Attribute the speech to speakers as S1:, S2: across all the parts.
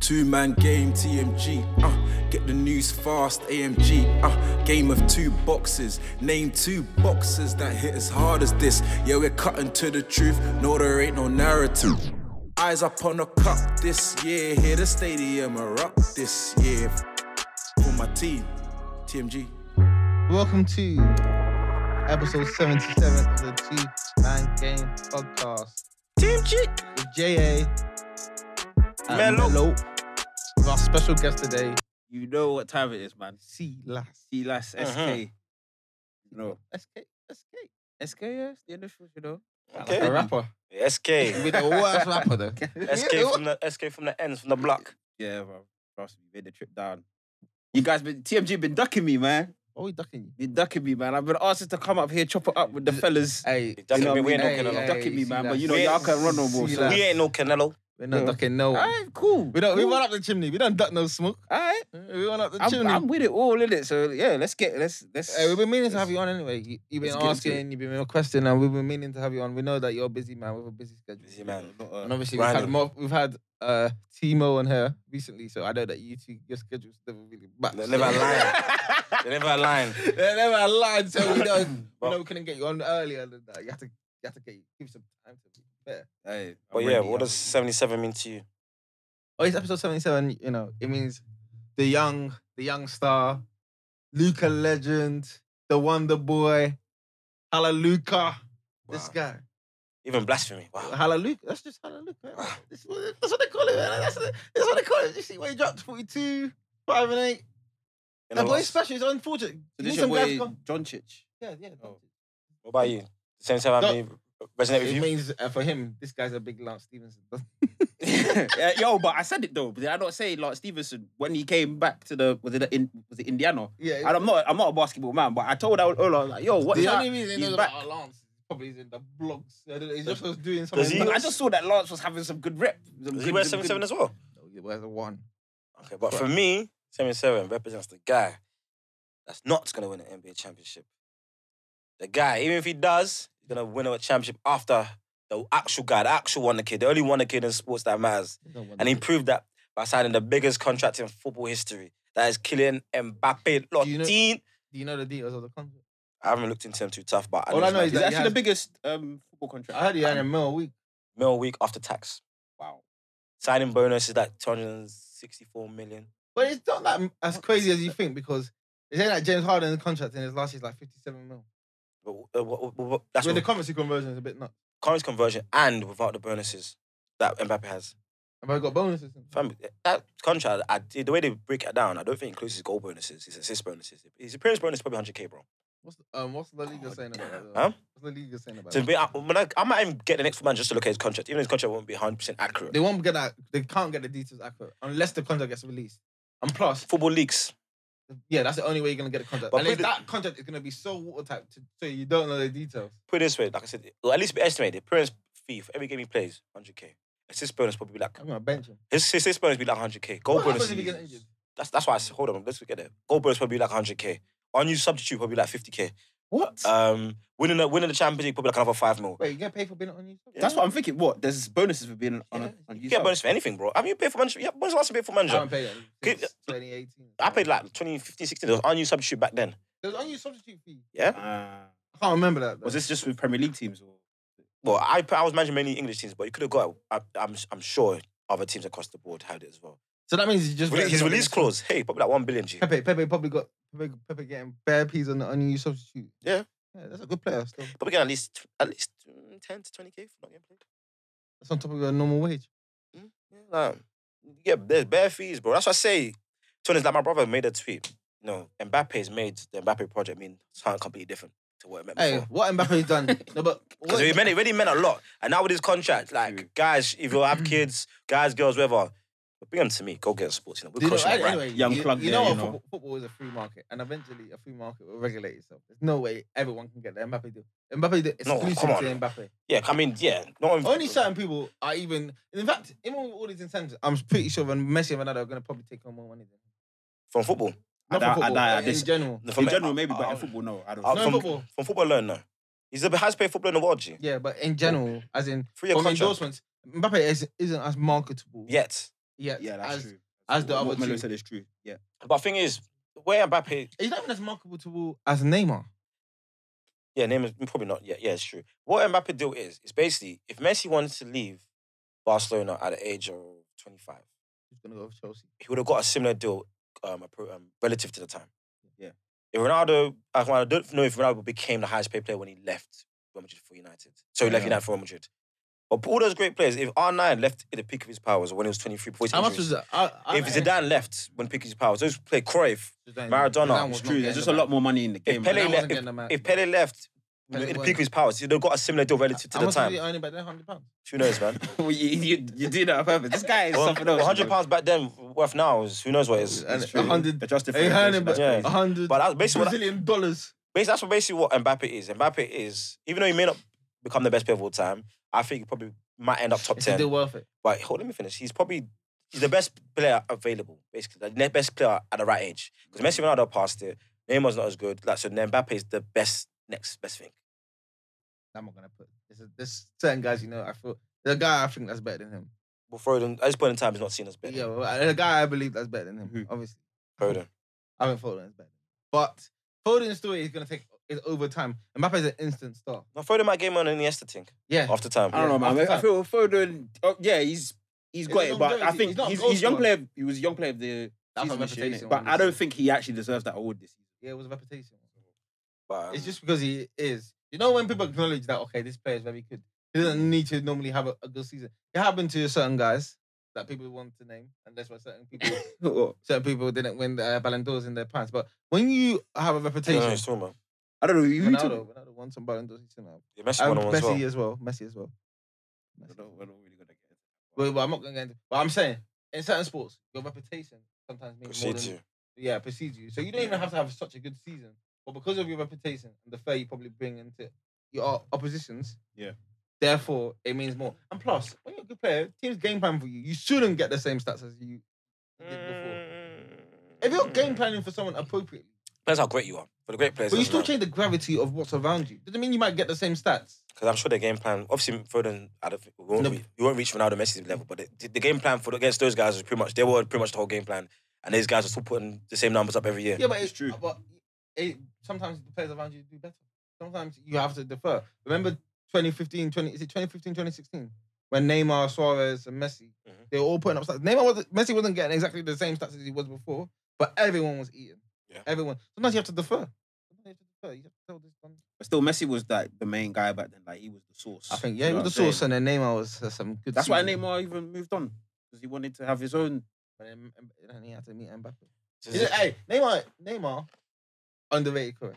S1: Two man game, TMG. Uh, get the news fast, AMG. Uh, game of two boxes. Name two boxes that hit as hard as this. Yeah, we're cutting to the truth. No, there ain't no narrative. Eyes up on the cup this year. Hear the stadium erupt this year. For my team, TMG.
S2: Welcome to episode 77 of the Two Man Game Podcast
S1: TMG.
S2: with JA and
S3: Mello.
S2: Mello. With our special guest today,
S3: You know what time it is, man.
S2: C Lass.
S3: See, last SK.
S2: Uh-huh.
S4: Mhm.
S3: No.
S2: SK, SK.
S3: SK, yes, the initials, you know.
S2: Like
S4: Okay.
S2: a rapper.
S4: SK.
S2: With the worst rapper though.
S4: SK from the SK from the ends from the block.
S3: Yeah, bro. Trust me, made the trip down. You guys been TMG been ducking me, man.
S2: Why are we ducking you?
S3: Been ducking me, man. I've been asked to come up here, chop it up with the fellas.
S2: Hey,
S4: Ducking
S2: you know
S4: me,
S2: what
S4: we
S2: I mean?
S4: ain't ducking
S2: Hey,
S4: no-
S2: hey,
S3: ducking me, man,
S2: C-Lass.
S3: but you know,
S4: We-
S3: y'all can run no more.
S2: See,
S3: So.
S2: like-
S4: We ain't no Canelo.
S2: We're not
S3: Yeah.
S2: ducking no
S3: All
S2: one.
S3: right, cool.
S2: We don't. We
S3: cool.
S2: run up the chimney. We don't duck no smoke.
S3: All right,
S2: We run up the
S3: I'm,
S2: chimney.
S3: I'm with it all in it. So yeah, let's get let's let's.
S2: Hey, Eh, we've been meaning to have you on anyway. You, you've been
S3: Let's get into it.
S2: asking, you've been requesting, and we've been meaning to have you on. We know that you're a busy man with a busy schedule.
S4: Busy man.
S3: Not,
S2: And
S3: uh,
S2: obviously,
S4: Random.
S2: we've had more, we've had uh, Timo on here recently, so I know that you two, your schedules never really match.
S4: They never align. They never align.
S2: They never aligned, so we know, we,
S4: But-
S2: know we couldn't get you on earlier than that. You have to, you have to get, give some time to be fair.
S3: hey, I'm
S4: But yeah,
S3: ready,
S4: what
S3: I'm
S4: does 77 mean to you?
S2: Oh, it's episode 77, you know, it means the young, the young star, Luca legend, the wonder boy, Hallelujah. This
S4: Wow.
S2: guy.
S4: Even blasphemy. Wow.
S2: Hallelujah. That's just hallelujah. That's what that's what they call it, man. That's, what- that's what they call it. You see where he dropped 42, 5 and 8.
S4: You know
S2: That boy's
S4: what?
S2: special. It's unfortunate.
S3: So
S2: You
S3: this
S2: need
S3: your
S2: some guys
S3: boy,
S2: to come-
S3: John Chich.
S2: Yeah, yeah.
S3: Oh.
S4: What about you? 77
S2: No.
S4: mean resonate with
S2: It
S4: you?
S2: means uh, for him, this guy's a big Lance Stevenson.
S3: yeah, yo, but I said it though. Did I not say like Stevenson when he came back to the was it the in, was it Indiana?
S2: yeah.
S3: And I'm not I'm not a basketball man, but I told Ola like, yo, what is
S2: the
S3: that?
S2: only reason he
S3: He's
S2: knows
S3: back.
S2: about Lance is probably he's in the blogs. I don't know, He's just was doing
S4: does
S2: something.
S4: he-
S3: But I just saw that Lance was having some good rep. Some
S4: Does
S3: good,
S4: he wear
S3: some
S4: 77
S3: good-
S4: as well?
S2: No, he wears a one.
S4: Okay, but for me, 77 represents the guy that's not going to win an NBA championship. The guy, even if he does, he's going to win a championship after the actual guy, the actual wonder kid, the only wonder kid in sports that matters. And he
S2: Mm-hmm.
S4: proved that by signing the biggest contract in football history. That is Kylian Mbappe. Lot
S2: Do you know-
S4: I
S2: Do you know the details of the contract?
S4: haven't looked into him too tough, but I
S2: All
S4: know
S2: I
S4: it's
S2: know
S4: like
S2: is that
S3: He's
S2: he
S3: actually
S2: has-
S3: the biggest um, football contract.
S2: I heard he had a mil a week.
S4: mil a week after tax.
S3: wow.
S4: Signing bonus is like 264 million.
S2: But it's not that as crazy as you think because it's ain't like James Harden's contract in his last year's like 57 mil.
S4: But, uh, wh- wh- wh- that's
S2: With the
S4: with
S2: currency conversion is a bit nuts.
S4: current conversion and without the bonuses that Mbappe has.
S2: Have I got bonuses?
S4: Fam, eh, That contract, I, the way they break it down, I don't think it includes his goal bonuses, his assist bonuses. His appearance bonus is probably 100k, bro.
S2: What's um what's La Liga saying about that? though?
S4: Oh, Huh?
S2: What's La Liga saying about
S4: So
S2: that?
S4: be- I, when I, I might even get the next man just to look at his contract, even his contract won't be 100% accurate.
S2: They won't get that. They can't get the details accurate unless the contract gets released. And plus,
S4: Football leaks.
S2: yeah, that's the only way you're gonna get the contract.
S4: But
S2: Unless
S4: with the-
S2: that contract is gonna be so watertight, to, so you don't know the details.
S4: put it this way, like I said, it'll at least be estimated. Appearance fee for every game he plays, 100k. Assist bonus probably be like
S2: I'm gonna bench him.
S4: his his assist bonus be like 100k. Goal
S2: What
S4: bonus.
S2: happens if he gets injured?
S4: That's that's why I said, hold on, let's get it. Goal bonus probably like 100k. Our new substitute probably like 50k.
S3: What?
S4: Um, winning the winning the Champions League probably like another five mil.
S2: Wait, you get paid for being on YouTube?
S3: That's what I'm thinking. What? There's bonuses for being on
S4: Yeah,
S3: a on
S4: You
S3: USL.
S4: get a bonus for anything, bro. I mean, you pay for manager. Yeah, when's the last time you paid for
S2: I
S4: manager?
S2: haven't paid
S4: Give-
S2: it since 2018.
S4: I paid like 2015, 16. There was our new substitute back then.
S2: There's only a substitute fee.
S4: Yeah.
S3: Ah.
S2: I can't remember that.
S3: was this just with Premier League teams or
S4: Well, I I was managing mainly English teams, but you could have got. I, I'm I'm sure other teams across the board had it as well.
S2: So that means he's just
S4: His
S2: benching
S4: release
S2: him.
S4: clause. Hey, probably like one billion G.
S2: Pepe, Pepe probably got Pepe, Pepe getting bare peas on the unused substitute.
S4: Yeah.
S2: yeah, that's a good player. Still,
S4: But we get at least at least mm, ten to twenty k for not getting played.
S2: that's on top of your normal wage.
S4: Yeah, like, yeah, there's bare fees, bro. That's what I say. Tony's like my brother made a tweet. No, Mbappe's made the Mbappe project mean something completely different to what it meant
S2: Hey,
S4: before.
S2: what Mbappe's done? no, but
S4: Because it, meant- it really meant a lot. And now with his contract, like guys, if you have kids, guys, girls, whatever, bring them to me. Go get a sports. You know,
S2: Do
S4: we'll
S2: you know,
S4: coach you.
S2: anyway,
S4: Right?
S3: Young
S2: you,
S3: plug
S2: you
S3: there,
S2: know,
S3: you
S2: what?
S3: know.
S2: Football, football is a free market, and eventually a free market will regulate itself. There's no way everyone can get the Mbappe deal. Mbappe deal
S4: No,
S2: exclusive
S4: come on.
S2: to Mbappe.
S4: Yeah, I mean, yeah. Not
S2: Only certain people are even. In fact, even with all these incentives, I'm pretty sure when Messi and Ronaldo are going to probably take on more money than him.
S4: from football.
S2: Not
S3: doubt-
S2: for
S3: I
S2: football,
S3: doubt
S2: in
S3: this-
S2: general.
S4: From
S3: in general maybe, but
S4: uh,
S3: in football no. I don't.
S4: uh,
S2: No,
S4: from,
S2: football.
S4: From football alone, no. He's the highest paid footballer in the world, G.
S2: Yeah, but in general, as in
S4: Three year
S2: from
S4: contract.
S2: endorsements, Mbappe is, isn't as marketable
S4: Yet.
S2: Yeah,
S3: Yeah, that's
S2: as,
S3: true.
S2: As the
S3: What-
S2: other
S3: what Melo
S2: two,
S3: said is true. Yeah.
S4: But thing is, where Mbappe,
S2: he's not even as markable to all as Neymar.
S4: yeah, name is probably not. Yeah, yeah, it's true. What Mbappe deal is, is basically if Messi wanted to leave Barcelona at the age of 25,
S2: He's gonna go for Chelsea.
S4: he would have got a similar deal um, appro- um, relative to the time.
S3: Yeah.
S4: If Ronaldo, I I don't know if Ronaldo became the highest paid player when he left Real Madrid for United. So he left
S3: Yeah.
S4: United for Real Madrid. But all those great players, if R9 left at the peak of his powers when he was 23, before his
S2: How much
S4: injuries,
S2: was uh, that? I, I,
S4: if Zidane left when peak of his powers, those play Cruyff,
S2: Zidane- Zidane
S4: Maradona,
S2: was
S4: it's
S3: It's
S2: not
S3: true.
S2: getting
S3: There's just
S2: the
S3: a
S2: man.
S3: lot more money in the
S4: if
S3: game.
S4: Pele
S2: Zidane
S4: left,
S2: wasn't
S4: if,
S2: getting the man.
S4: if Pele left
S2: Pele
S4: in the peak
S2: wasn't.
S4: of his powers, they've got a similar deal relative to
S2: How
S4: the
S2: much was
S4: time.
S2: he earning by then? Hundred pounds.
S4: Who knows, man?
S3: you, you, you do that on purpose. This guy is
S4: Well,
S3: something else.
S4: 100
S3: bro.
S4: pounds back then, worth now, is who knows what it is.
S2: And
S3: It's true.
S2: 100
S3: Adjusted for
S2: He earning
S3: inflation, that's
S4: yeah.
S3: crazy.
S2: about hundred
S4: But that's basically what
S2: Brazilian dollars.
S4: Basically, that's what basically what Mbappe is. Mbappe is, even though he may not become the best player of all time, I think he probably might end up top
S2: It's still
S4: ten.
S2: worth it.
S4: But hold, let me finish. He's probably he's the best player available, basically the ne- best player at the right age. Because Messi, and Ronaldo are past it. Neymar's not as good. Like so, then Mbappe is the best next best thing.
S2: I'm not gonna put. There's, a, there's certain guys you know. I feel the guy I think that's better than him.
S4: But Foden, at this point in time, he's not seen as better.
S2: Yeah, well, the guy I believe that's better than him.
S3: Who?
S2: Obviously,
S4: Foden.
S2: I think Foden is better. But Foden's story is gonna take is over time. Mbappe's an instant star.
S4: No, Foden might game on in the Esther thing
S2: Yeah,
S4: after time.
S3: I don't know, man.
S2: After
S3: I feel Foden. Oh, yeah, he's he's
S2: He's
S3: got
S2: a
S3: it, but I
S2: longevity.
S3: think
S2: He's not a
S3: he's,
S2: goal
S3: he's young
S2: scorer.
S3: player. He was young player of the
S2: That's
S3: season
S2: a
S3: this year,
S2: reputation
S3: innit?
S2: one,
S3: but I don't
S2: isn't
S3: think he actually deserves that award this season.
S2: Yeah, it was a reputation.
S4: But, um,
S2: It's just because he is. You know when people acknowledge that okay, this player is very good. He
S4: Mm.
S2: doesn't need to normally have a, a good season. It happened to certain guys that people want to name, and that's why certain people certain people didn't win uh, Ballon d'Ors in their pants. But when you have a
S4: I don't
S2: reputation,
S4: know, it's talking about.
S3: I don't know. You
S2: Ronaldo,
S3: talking-
S2: Ronaldo won some Ballon d'Ors. he's in there.
S4: Yeah, Messi
S2: And
S4: won one as well.
S2: Um, Messi as well. Messi as well.
S3: I don't know, we're not really gonna get it.
S2: Well, well, I'm not going to. But I'm saying in certain sports, your reputation sometimes means more
S4: Proceed
S2: than
S4: to.
S2: yeah precedes you. So you don't even have to have such a good season, but because of your reputation and the fair you probably bring into your oppositions,
S3: Yeah.
S2: Therefore, it means more. And plus, when you're a good player, teams game plan for you. You shouldn't get the same stats as you did before. If you're game
S3: Mm.
S2: planning for someone appropriately,
S4: Depends how great you are. For the great players,
S2: but you
S4: doesn't
S2: still
S4: matter.
S2: change the gravity of what's around you. Doesn't mean you might get the same stats.
S4: Because I'm sure the game plan, obviously Foden, I don't think, we won't,
S2: No.
S4: re- we won't reach Ronaldo Messi's level, but the, the game plan for against those guys was pretty much they were pretty much the whole game plan, and these guys are still putting the same numbers up every year.
S2: Yeah, but it's
S3: true.
S2: But it, sometimes the players around you do better. Sometimes you have to defer. Remember 2015, 20, is it 2015, 2016? When Neymar, Suarez, and Messi,
S3: Mm-hmm.
S4: Mhm.
S2: they were all putting up stats. Neymar wasn't, Messi wasn't getting exactly the same stats as he was before, but everyone was eating.
S4: Yeah.
S2: Everyone. Sometimes you have to defer. Sometimes you have to defer. You have to tell this one.
S3: But still, Messi was like the main guy back then. Like he was the source.
S2: I think, yeah,
S3: You
S2: it
S3: know
S2: was the
S3: what I'm
S2: source,
S3: saying?
S2: and then Neymar was uh, some good.
S3: That's why
S2: season.
S3: Neymar even moved on because he wanted to have his own.
S2: But then, and he had to meet Mbappe. Is
S4: This is-
S2: it- hey, Neymar, Neymar, underrated career.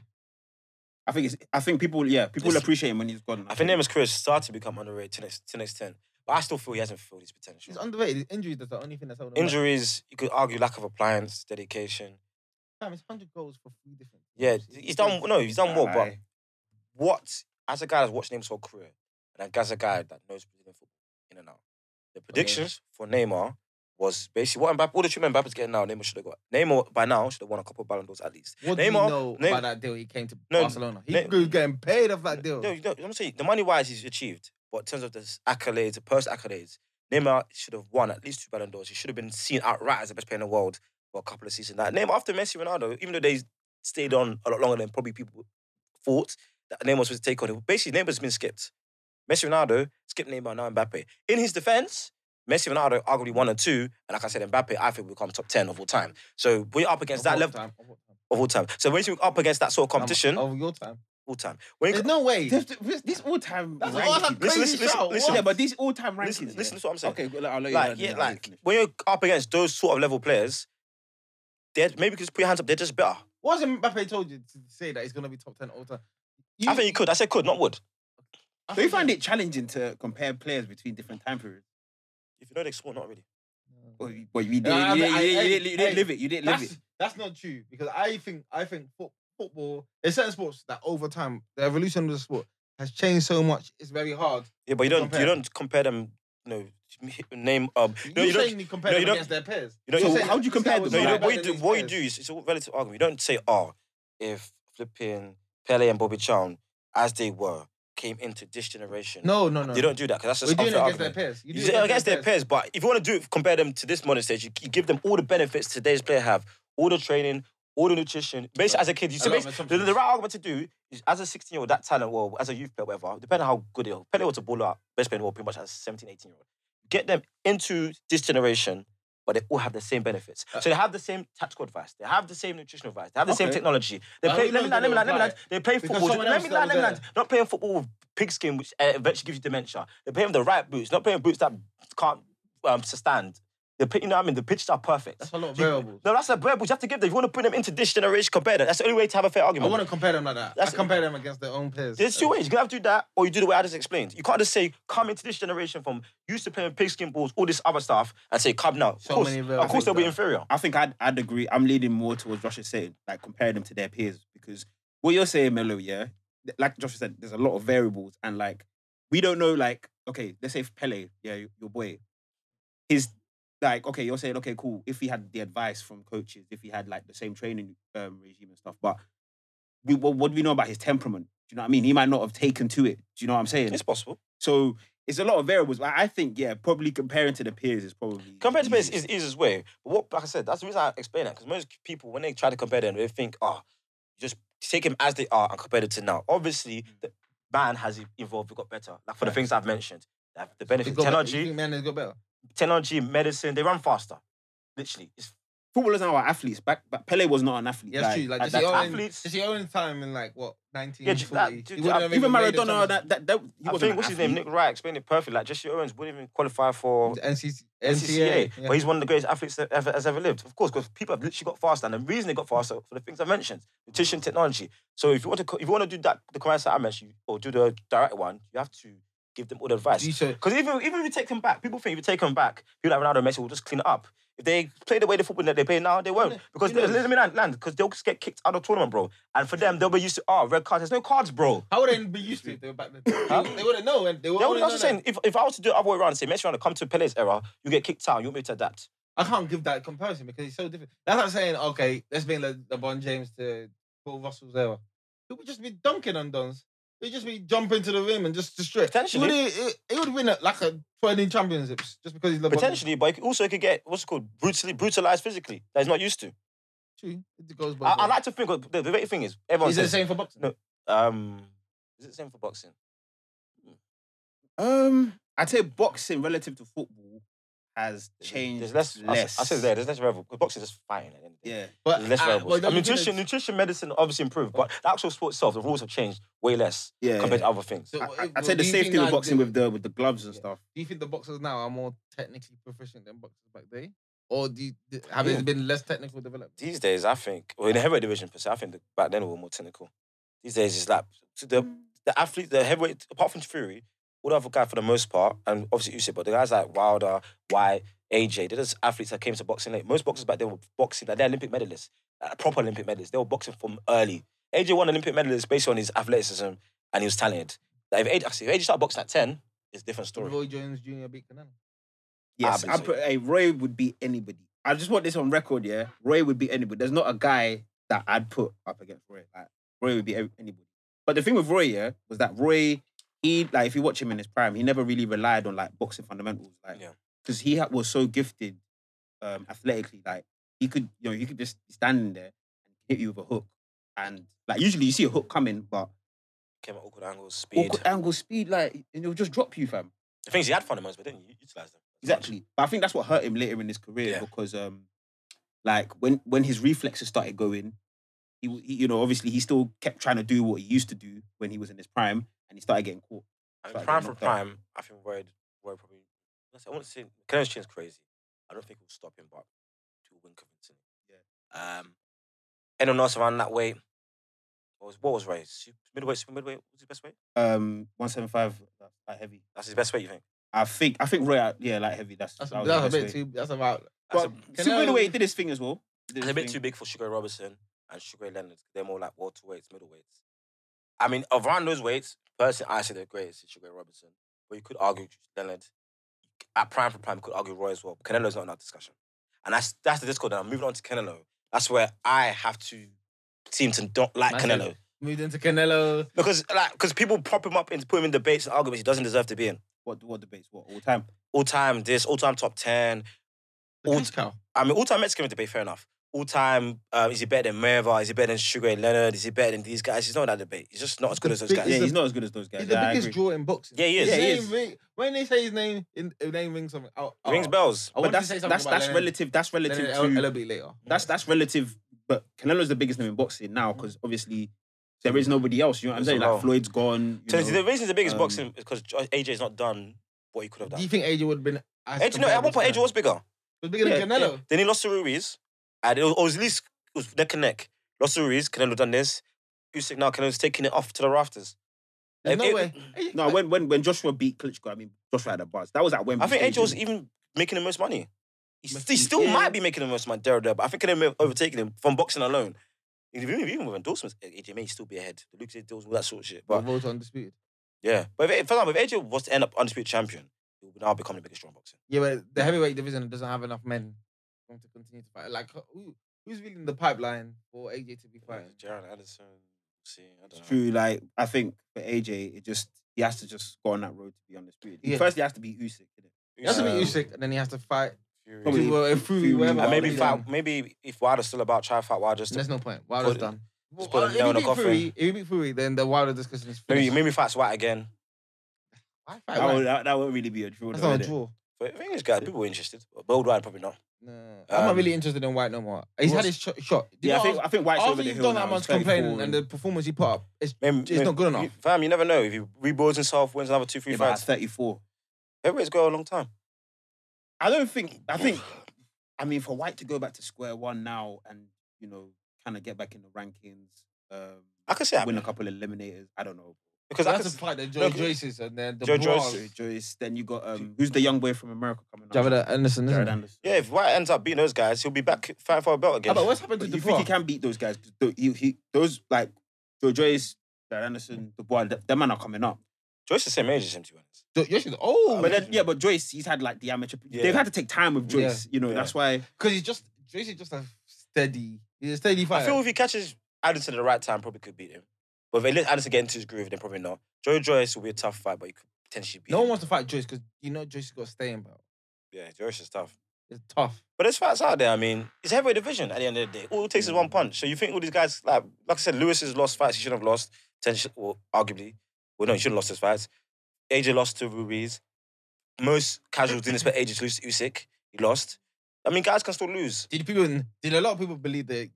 S3: I think it's. I think people. Yeah, people
S4: Listen,
S3: appreciate him when he's gone.
S4: I think Neymar's career started to become underrated to next, to next 10, but I still feel he hasn't filled his potential.
S2: He's underrated. His injuries, that's the only thing that's held him back.
S4: Injuries, you could argue lack of appliance, dedication.
S2: Fam, it's 100 goals for three different.
S4: Yeah,
S2: teams.
S4: he's done, no, he's done well, but
S3: Aye.
S4: what, as a guy that's watched Neymar's whole career, and as a guy that knows Brazilian football in and out, the predictions for Neymar was basically what Mbappe, all the treatment Mbappe's getting now, Neymar should have got. Neymar by now should have won a couple of Ballon d'Ors at least.
S2: What do you
S4: Neymar-
S2: know
S4: Neym-
S2: about that deal? He came to
S4: No,
S2: Barcelona. He
S4: Ne-
S2: was getting paid off that deal.
S4: No, you know, I'm saying the money wise he's achieved, but in terms of the s- accolades, the personal accolades, Neymar should have won at least two Ballon d'Ors. He should have been seen outright as the best player in the world for a couple of seasons. Like Neymar, after Messi, Ronaldo, even though they stayed on a lot longer than probably people thought that Neymar was supposed to take on, basically Neymar's been skipped. Messi, Ronaldo skipped Neymar now Mbappe. In his defense. Messi, Ronaldo, arguably one and two, and like I said, Mbappe, I think will become top ten of all time. So we're up
S2: Of
S4: against that
S2: what
S4: level
S2: time? Of what time?
S4: of all time. So when you're up against that sort of
S2: Um,
S4: competition,
S2: Of your time.
S4: all time. When you
S2: There's no way.
S3: This, this, this all-time
S2: That's
S3: rankings.
S2: all that
S4: Listen,
S2: crazy
S4: listen,
S2: shout.
S4: listen,
S3: Yeah,
S2: What?
S3: but these all-time rankings.
S4: listen,
S3: yeah.
S4: listen to what I'm saying.
S3: Okay, well, I'll let you
S4: like,
S3: know,
S4: yeah,
S3: I'll let you
S4: like
S3: finish.
S4: when you're up against those sort of level players, they're maybe you could just put your hands up. They're just better.
S2: What has Mbappe told you to say that he's going to be top 10 all time?
S4: I think you could. I said could, not would.
S2: I
S3: Do you
S2: think-
S3: find it challenging to compare players between different time periods?
S4: If you know the sport, not really.
S3: Or you, well, you didn't,
S2: Nah, I
S3: you,
S2: mean,
S3: didn't- you
S2: I-
S3: didn't-
S2: I-
S3: you didn't
S2: I-
S3: live it. You didn't live
S2: That's,
S3: it.
S2: that's not true because I think I think foot, football, there's certain sports that over time, the evolution of the sport has changed so much, it's very hard.
S4: Yeah, but you don't. You
S2: Compare.
S4: don't compare them. No name. Um, no,
S2: You're
S4: you don't.
S2: saying you compare
S4: no, you
S2: them
S4: don't-
S2: against their peers.
S4: you don't-
S2: You're
S4: so
S2: saying
S3: how do you
S2: this
S3: compare
S2: guy was
S4: No, you
S2: better
S4: don't. What you
S2: than
S4: do,
S2: these
S4: what you
S2: players.
S4: do is it's a relative argument. You don't say, "Oh, if flipping Pele and Bobby Chown as they were came into this generation.
S2: No, no, no.
S4: You don't do that because that's
S2: We're
S4: just
S2: doing it
S4: unfair
S2: against their
S4: argument.
S2: peers. You
S4: You
S2: do
S4: say
S2: it
S4: against their peers, but if you want to do it, compare them to this modern stage. You, you give them all the benefits today's player have, all the training, all the nutrition. Basically, as a kid, you
S2: A
S4: so
S2: lot of
S4: basically, the,
S2: assumptions.
S4: the right argument to do is as a 16 year old, that talent, well, as a youth player, whatever, depending on how good they are, Pele was a baller, best player in the world pretty much as a 17, 18 year old. Get them into this generation, but they all have the same benefits.
S2: Uh,
S4: so they have the same tactical advice, they have the same nutritional advice, they have the same
S3: Okay.
S4: technology. They
S2: But
S4: play,
S2: who
S4: let me
S2: knows
S4: land, let me
S2: what
S4: land, let me
S2: they'll
S4: land. They play
S2: Because
S4: football.
S2: someone
S4: Let
S2: else
S4: me land, let
S2: that
S4: me
S2: was
S4: land. Not playing football with pigskin, which uh, eventually gives you dementia. They're playing with the right boots, not playing boots that can't um, stand. The pi- you know what I mean? The pitches are perfect.
S2: That's a lot of
S4: You-
S2: variables.
S4: No, that's the variables you have to give them. If you want to put them into this generation, compare that. That's the only way to have a fair
S2: I
S4: argument.
S2: want to compare them like that.
S4: That's-
S2: I compare them against their own peers.
S4: There's two ways. You can have to do that, or you do the way I just explained. You can't just say, come into this generation from used to playing pigskin balls, all this other stuff, and say, come now. Of
S2: So
S4: course,
S2: many
S4: of course
S2: variables
S4: they'll be
S2: there.
S4: inferior.
S3: I think I'd, I'd agree. I'm leaning more towards Josh is saying, like comparing them to their peers, because what you're saying, Melo, yeah, th- like Josh said, there's a lot of variables, and like we don't know, like okay, let's say Pele, yeah, y- your boy, his like okay, you're saying okay, cool. If he had the advice from coaches, if he had like the same training um, regime and stuff, but we, what, what do we know about his temperament? Do you know what I mean? He might not have taken to it. Do you know what I'm saying?
S4: It's possible.
S3: so it's a lot of variables. But I think yeah, probably comparing to the peers is probably
S4: Compared to base
S3: easier.
S4: is is his way. But what, like I said, that's the reason I explain that because most people, when they try to compare them, they think, oh, just take him as they are and compare it to now. Obviously,
S3: Hmm.
S4: the man has e-, evolved, we got better. Like for the things I've mentioned, they have the benefit,
S2: You
S4: technology,
S2: think man has got better?
S4: technology, medicine, they run faster. Literally, it's
S3: footballers now are athletes. Back, but Pele was not an athlete.
S2: Yeah, that's true. Like, oh,
S3: at
S2: it's
S3: that
S2: the
S3: time.
S2: only,
S4: uh, athletes-
S2: it's the only time in like what
S4: Yeah, ju- that-
S2: 1940.
S4: ju-
S2: He wouldn't have
S3: even
S2: made the
S3: Maradona,
S2: Champions-
S3: that, that, that he
S4: I
S3: wasn't
S4: think
S3: an
S4: what's his name?
S3: athlete.
S4: Nick Wright explained it perfectly. Like Jesse Owens wouldn't even qualify for
S2: NC
S4: NCCA,
S2: NCAA.
S4: but he's one of the greatest athletes that ever has ever lived. Of course, because people have literally got faster, and the reason they got faster for the things I mentioned, nutrition, technology. So if you want to, co- if you want to do that, the clients that I mentioned, or do the direct one, you have to give them all the advice.
S2: Do you so-
S4: Because even even if you take them back, people think if you take them back, people like Ronaldo, and Messi will just clean it up. If they play the way the football that they play now, they won't. Because
S2: you know-
S4: let me land, land, because they'll just get kicked out of tournament, bro. And for them, they'll be used to oh red cards. There's no cards, bro.
S2: How would they be used to it? They were back then. They- They wouldn't know. And they
S4: They
S2: wouldn't
S4: were
S2: know.
S4: also saying
S2: that.
S4: if, if I was to do it other way around, say Messi want to come to Pele's era, you get kicked out, you won't be able to adapt.
S2: I can't give that comparison because it's so different. That's like saying, okay, let's bring Le- LeBron James to Paul Russell's era. He would just be dunking on Dons. He'd just be jumping to the rim and just destroy.
S4: Potentially.
S2: He would, he, he would win a, like a 20 championships just because he's LeBron.
S4: Potentially, but you could- also you could get what's it called brutally brutalized physically that he's not used to.
S2: True. It goes both
S4: I, I
S2: ways.
S4: like to think of- the, the great thing is everyone
S2: Is it the
S4: says
S2: same for boxing?
S4: No. um is it the same for boxing?
S3: Um, I'd say boxing relative to football has changed.
S4: There's less. I s- I said there. There's less rival. 'cause Boxing is just fighting. At the end of the day.
S3: Yeah,
S2: But,
S4: There's less
S2: uh,
S4: variables.
S2: well,
S4: I mean,
S2: the thing is-
S4: nutrition, nutrition, medicine obviously improved, but the actual sport itself, the rules have changed way less
S3: yeah.
S4: compared to other things.
S2: so,
S3: I,
S2: uh,
S3: I,
S2: well,
S3: I'd say
S2: do
S3: the
S2: you
S3: safety
S2: think
S3: with
S2: that
S3: boxing
S2: the-
S3: with the with the gloves and
S2: Yeah.
S3: stuff.
S2: Do you think the boxers now are more technically proficient than boxers back then? Or do you, d- have
S4: Yeah.
S2: there been less technical development?
S4: These days, I think, well, in the heavyweight division, per se, I think the, back then we were more technical. These days, it's like so the the athlete, the heavyweight, apart from Fury, all the other guy for the most part, and obviously Usyk, but the guys like Wilder, White, AJ, they're just athletes that came to boxing late. Most boxers back then were boxing, like they're Olympic medalists, like, proper Olympic medalists. They were boxing from early. AJ won Olympic medalists based on his athleticism and he was talented. Like if AJ, actually, if AJ started boxing at 10, it's a different story.
S2: Roy Jones Jr. beat Canelo.
S3: Yes,
S4: believe
S3: I put, hey, Roy would be anybody. I just want this on record. Yeah, Roy would be anybody. There's not a guy that I'd put up against Roy. Like Roy would be ev- anybody. But the thing with Roy, yeah, was that Roy, he like if you watch him in his prime, he never really relied on like boxing fundamentals, like
S4: Yeah.
S3: because he ha- was so gifted um, athletically. Like he could, you know, he could just be standing there and hit you with a hook, and like usually you see a hook coming, but
S4: Came at awkward angles, speed.
S3: awkward angle, speed, like and it'll just drop you, fam.
S4: The things he had fundamentals, but didn't utilize them.
S3: Exactly. But I think that's what hurt him later in his career
S4: Yeah.
S3: because um like when when his reflexes started going, he, w- he you know, obviously he still kept trying to do what he used to do when he was in his prime and he started getting caught.
S4: I mean,
S3: Started
S4: prime for
S3: getting knocked out.
S4: prime, I think Roy, Roy probably. let's say- I want to say Clarence Chin's crazy. I don't think he'll stop him, but he'll win Covington. Yeah. Um, anyone else around that weight? What was what was Roy? Super, middleweight, super middleweight. What's his best weight?
S3: Um 175 like, like heavy.
S4: That's his best weight, you think?
S3: I think I think Roy uh, yeah, like heavy. That's
S2: That's,
S3: that was
S2: that's a
S3: his
S2: bit
S3: best way.
S2: too. That's about.
S4: That's,
S3: But
S4: a,
S3: Super
S2: Canelo-
S3: Middleweight did his thing as well. Did
S4: that's
S3: his
S4: a bit
S3: thing.
S4: too big for Sugar Robertson and Sugar Leonard. They're more like welterweights, middleweights. I mean, around those weights, personally, I say the greatest is Sugar Robertson. But you could argue Leonard. At prime for prime, you could argue Roy as well. But Canelo's not in that discussion. And that's that's the discord. And I'm moving on to Canelo. That's where I have to seem to don't like
S2: Man said-
S4: Canelo.
S2: Moved into Canelo.
S4: Because like, because people prop him up and put him in debates and arguments he doesn't deserve to be in.
S3: What what debates? What all time?
S4: All time this, all time top ten.
S2: The
S4: All-
S2: cash cow.
S4: I mean, all time Mexican debate, fair enough. All time, um, is he better than Merva? Is he better than Sugar Ray Leonard? Is he better than these guys? He's not in that debate. He's just not as good as those
S2: Big-
S4: guys.
S3: Yeah,
S2: the-
S3: he's not as good as those guys.
S2: He's the
S3: Yeah, I
S2: biggest
S3: agree.
S2: draw in boxing.
S4: Yeah, he
S2: His
S4: is.
S3: Yeah, he
S2: name
S3: is.
S2: ring- when they say his name, in, his name rings something. oh, I'll, I'll,
S4: Rings bells.
S2: I
S3: But
S2: want
S3: that's
S2: to say something
S3: that's
S2: about
S3: that's
S2: Leonard.
S3: relative. That's relative
S2: Leonard,
S3: to
S2: I'll, I'll, be later.
S3: that's that's relative. But Canelo's the biggest name in boxing now because obviously there is nobody else. You know what I'm
S4: It's
S3: saying?
S4: a
S3: Like
S4: lot.
S3: Floyd's gone. You
S4: So
S3: know.
S4: the reason he's the biggest
S3: um,
S4: boxing is because AJ's not done what he could have
S2: Do you
S4: done.
S2: think AJ would have been? as
S4: AJ, no, at
S2: comparable
S4: one
S2: to
S4: point AJ
S2: Canelo?
S4: was bigger.
S2: was bigger than
S3: Yeah,
S2: Canelo.
S4: Then he lost to Ruiz, and it was, or at least it was neck and neck. Lost to Ruiz, Canelo done this. Usyk now Canelo's taking it off to the rafters.
S2: There's
S4: If
S2: no
S4: it-
S2: way. Hey,
S3: No, when when when Joshua beat Klitschko, I mean Joshua had a buzz. That was at Wembley.
S4: I think AJ was
S3: Stadium.
S4: even making the most money. He,
S2: Must
S4: he
S2: be-
S4: still
S2: yeah.
S4: might be making the most money, there, there, but I think Canelo may have overtaken him from boxing alone. Even even with endorsements, AJ may still be ahead. The Luke deals all that sort of shit. But
S2: But votes undisputed.
S4: yeah, but if, for example, if AJ was to end up undisputed champion, he would now become the biggest strong boxer.
S2: Yeah, but the heavyweight division doesn't have enough men for him to continue to fight. Like who, who's really in the pipeline for AJ to be fighting?
S4: Jared Anderson, see, I don't
S3: It's true. Like I think for AJ, it just he has to just go on that road to be undisputed. He
S2: Yeah.
S3: First, he has to beat Usyk. Didn't
S2: He has to be
S3: Um,
S2: Usyk, and then he has to fight
S3: Probably.
S2: to, uh, Fury,
S3: Fury.
S2: whoever.
S4: And
S3: Wilder
S4: maybe
S2: Yeah.
S4: fight, maybe if Wilder's still about, try to fight Wilder. Just to,
S2: There's no point. Wilder's
S4: Put-
S2: done.
S4: just
S2: Well, uh,
S4: put a nail in
S2: if,
S4: the
S2: he beat
S4: coffin.
S2: Fury, if he beat Fury, then the Wilder discussion is
S4: maybe
S2: finished.
S4: maybe fights White again.
S2: Why
S3: he?
S2: fight
S3: That,
S2: Wilder?
S3: would, that, that won't really be a draw.
S2: That's
S3: though,
S2: not a
S3: innit?
S2: draw.
S4: But I think this guy, people were interested. But Worldwide probably not.
S2: No, I'm not
S4: Um,
S2: really interested in White no more. He's had
S4: Ross-
S2: his cho- shot. Do you
S3: Yeah,
S2: know
S3: I think
S2: what-
S3: I think White's
S2: after
S3: over the
S2: you've
S3: hill
S2: done
S3: now.
S2: that
S3: He's
S2: much complaining
S3: 34
S2: and the performance he put up, it's
S4: Maybe,
S2: it's not good enough.
S4: You, fam, you never know. If he rebuilds himself, wins another two, three
S3: yeah, but at
S4: fights.
S3: 34.
S4: Everybody's got a long time.
S3: I don't think. I think. I mean, for White to go back to square one now and you know kind of get back in the rankings, um,
S4: I can see that
S3: win a couple of eliminators. I don't know.
S4: because I
S2: that's
S4: can,
S2: the
S4: s-
S2: fight that Joe
S4: look,
S2: Joyce's and then the
S4: Joe
S2: brawl.
S4: Joyce-
S3: Joyce. Then you got um, who's the young boy from America coming up?
S2: Javada Anderson, isn't
S3: Jared
S2: it?
S3: Anderson.
S4: yeah, if White ends up beating those guys, he'll be back fighting for a belt
S2: Ah,
S4: again.
S2: but what's happened to
S3: But you think he
S2: Dubois?
S3: can beat those guys? 'Cause tho- He, he, those like Joe Joyce, Jared Anderson, Dubois. th- Them man are coming up.
S4: Joyce is the same age as him, to be honest.
S2: Jo- Joyce is old,
S3: But then, yeah, but Joyce, he's had like the amateur.
S4: Yeah.
S3: They've had to take time with
S2: Yeah.
S3: Joyce. You know,
S4: Yeah.
S3: that's why.
S2: because he's just Joyce is just a steady, he's a steady
S4: I
S2: fighter.
S4: feel if he catches Anderson at the right time, probably could beat him. But if he lets Anderson get into his groove, then probably not. Joe Joyce will be a tough fight, but he could potentially beat
S2: no
S4: him.
S2: one wants to fight Joyce because you know Joyce has got to stay in, bro.
S4: Yeah, Joyce is tough.
S2: It's tough.
S4: But there's fights out there. I mean, it's heavyweight division at the end of the day. All it takes is
S3: Mm.
S4: one punch. So you think all these guys, like, like I said, Lewis has lost fights he shouldn't have lost, potentially, well, arguably. Well, no, he shouldn't have lost his fights. AJ lost to Ruiz. Most casuals didn't expect AJ to lose to Usyk. He lost. I mean, guys can still lose.
S2: Did people? Did a lot of people believe that